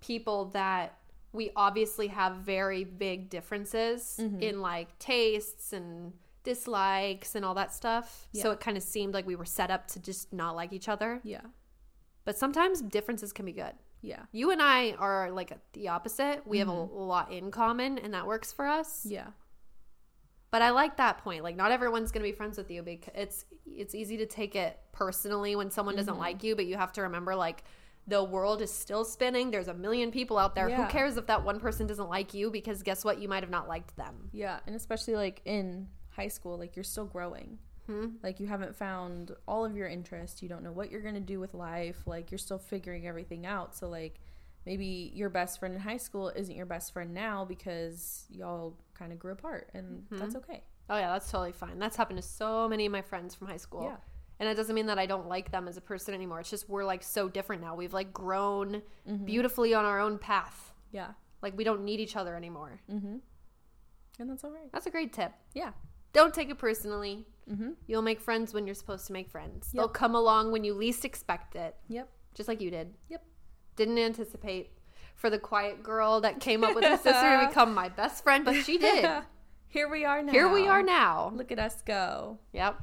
people that we obviously have very big differences in like tastes and dislikes and all that stuff so
Yeah.
it kind of seemed like we were set up to just not like each other
Yeah,
but sometimes differences can be good
yeah,
you and i are like the opposite we have a lot in common and that works for us
yeah,
but i like that point like not everyone's going to be friends with you because it's it's easy to take it personally when someone doesn't like you but you have to remember like the world is still spinning there's a million people out there
Yeah.
who cares if that one person doesn't like you because guess what you might have not liked them
yeah. And especially like in high school, like you're still growing.
Hmm.
Like you haven't found all of your interests. You don't know what you're gonna do with life. Like you're still figuring everything out. So like maybe your best friend in high school isn't your best friend now because y'all kind of grew apart, and that's okay.
oh yeah that's totally fine that's happened to so many of my friends from high school
Yeah.
and it doesn't mean that i don't like them as a person anymore it's just we're like so different now we've like grown beautifully on our own path
Yeah.
like we don't need each other anymore
Mm-hmm. And that's all right.
that's a great tip
Yeah.
Don't take it personally.
Mm-hmm.
You'll make friends when you're supposed to make friends.
Yep.
They'll come along when you least expect it,
Yep.
just like you did.
Yep.
Didn't anticipate for the quiet girl that came up with her sister to become my best friend, but she did.
Here we are now.
Here we are now.
Look at us go.
Yep.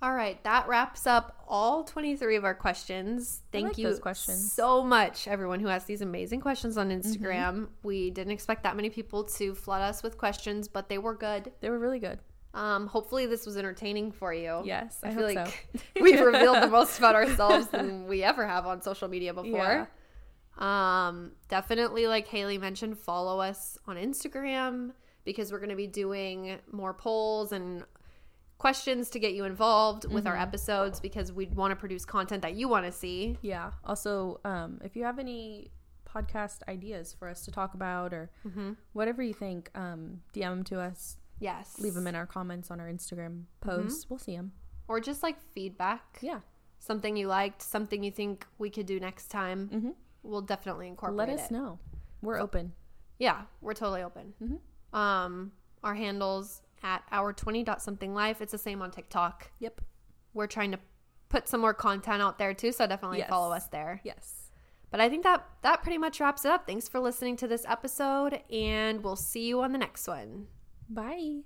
All right, that wraps up all 23 of our questions. Thank
like
you
those questions.
so much, everyone who asked these amazing questions on Instagram.
Mm-hmm.
We didn't expect that many people to flood us with questions, but they were good.
They were really good.
Um, hopefully, this was entertaining for you.
Yes, I,
Oh, I, feel
hope
like
so.
we've revealed the most about ourselves than we ever have on social media before. Um, definitely, like Haley mentioned, follow us on Instagram because we're going to be doing more polls and questions to get you involved with
Mm-hmm.
our episodes because we want to produce content that you want to see.
Yeah. Also, um, if you have any podcast ideas for us to talk about or whatever you think, um, DM 'em to us.
Yes.
Leave them in our comments on our Instagram posts. We'll see them.
Or just like feedback.
Yeah.
Something you liked, something you think we could do next time.
Mhm.
We'll definitely incorporate
Let
it.
us know. We're open.
Yeah, we're totally open. Um, our handles at our twenty dot something life. It's the same on TikTok.
Yep.
We're trying to put some more content out there too, so definitely
Yes.
follow us there.
Yes.
But I think that that pretty much wraps it up. Thanks for listening to this episode, and we'll see you on the next one.
Bye.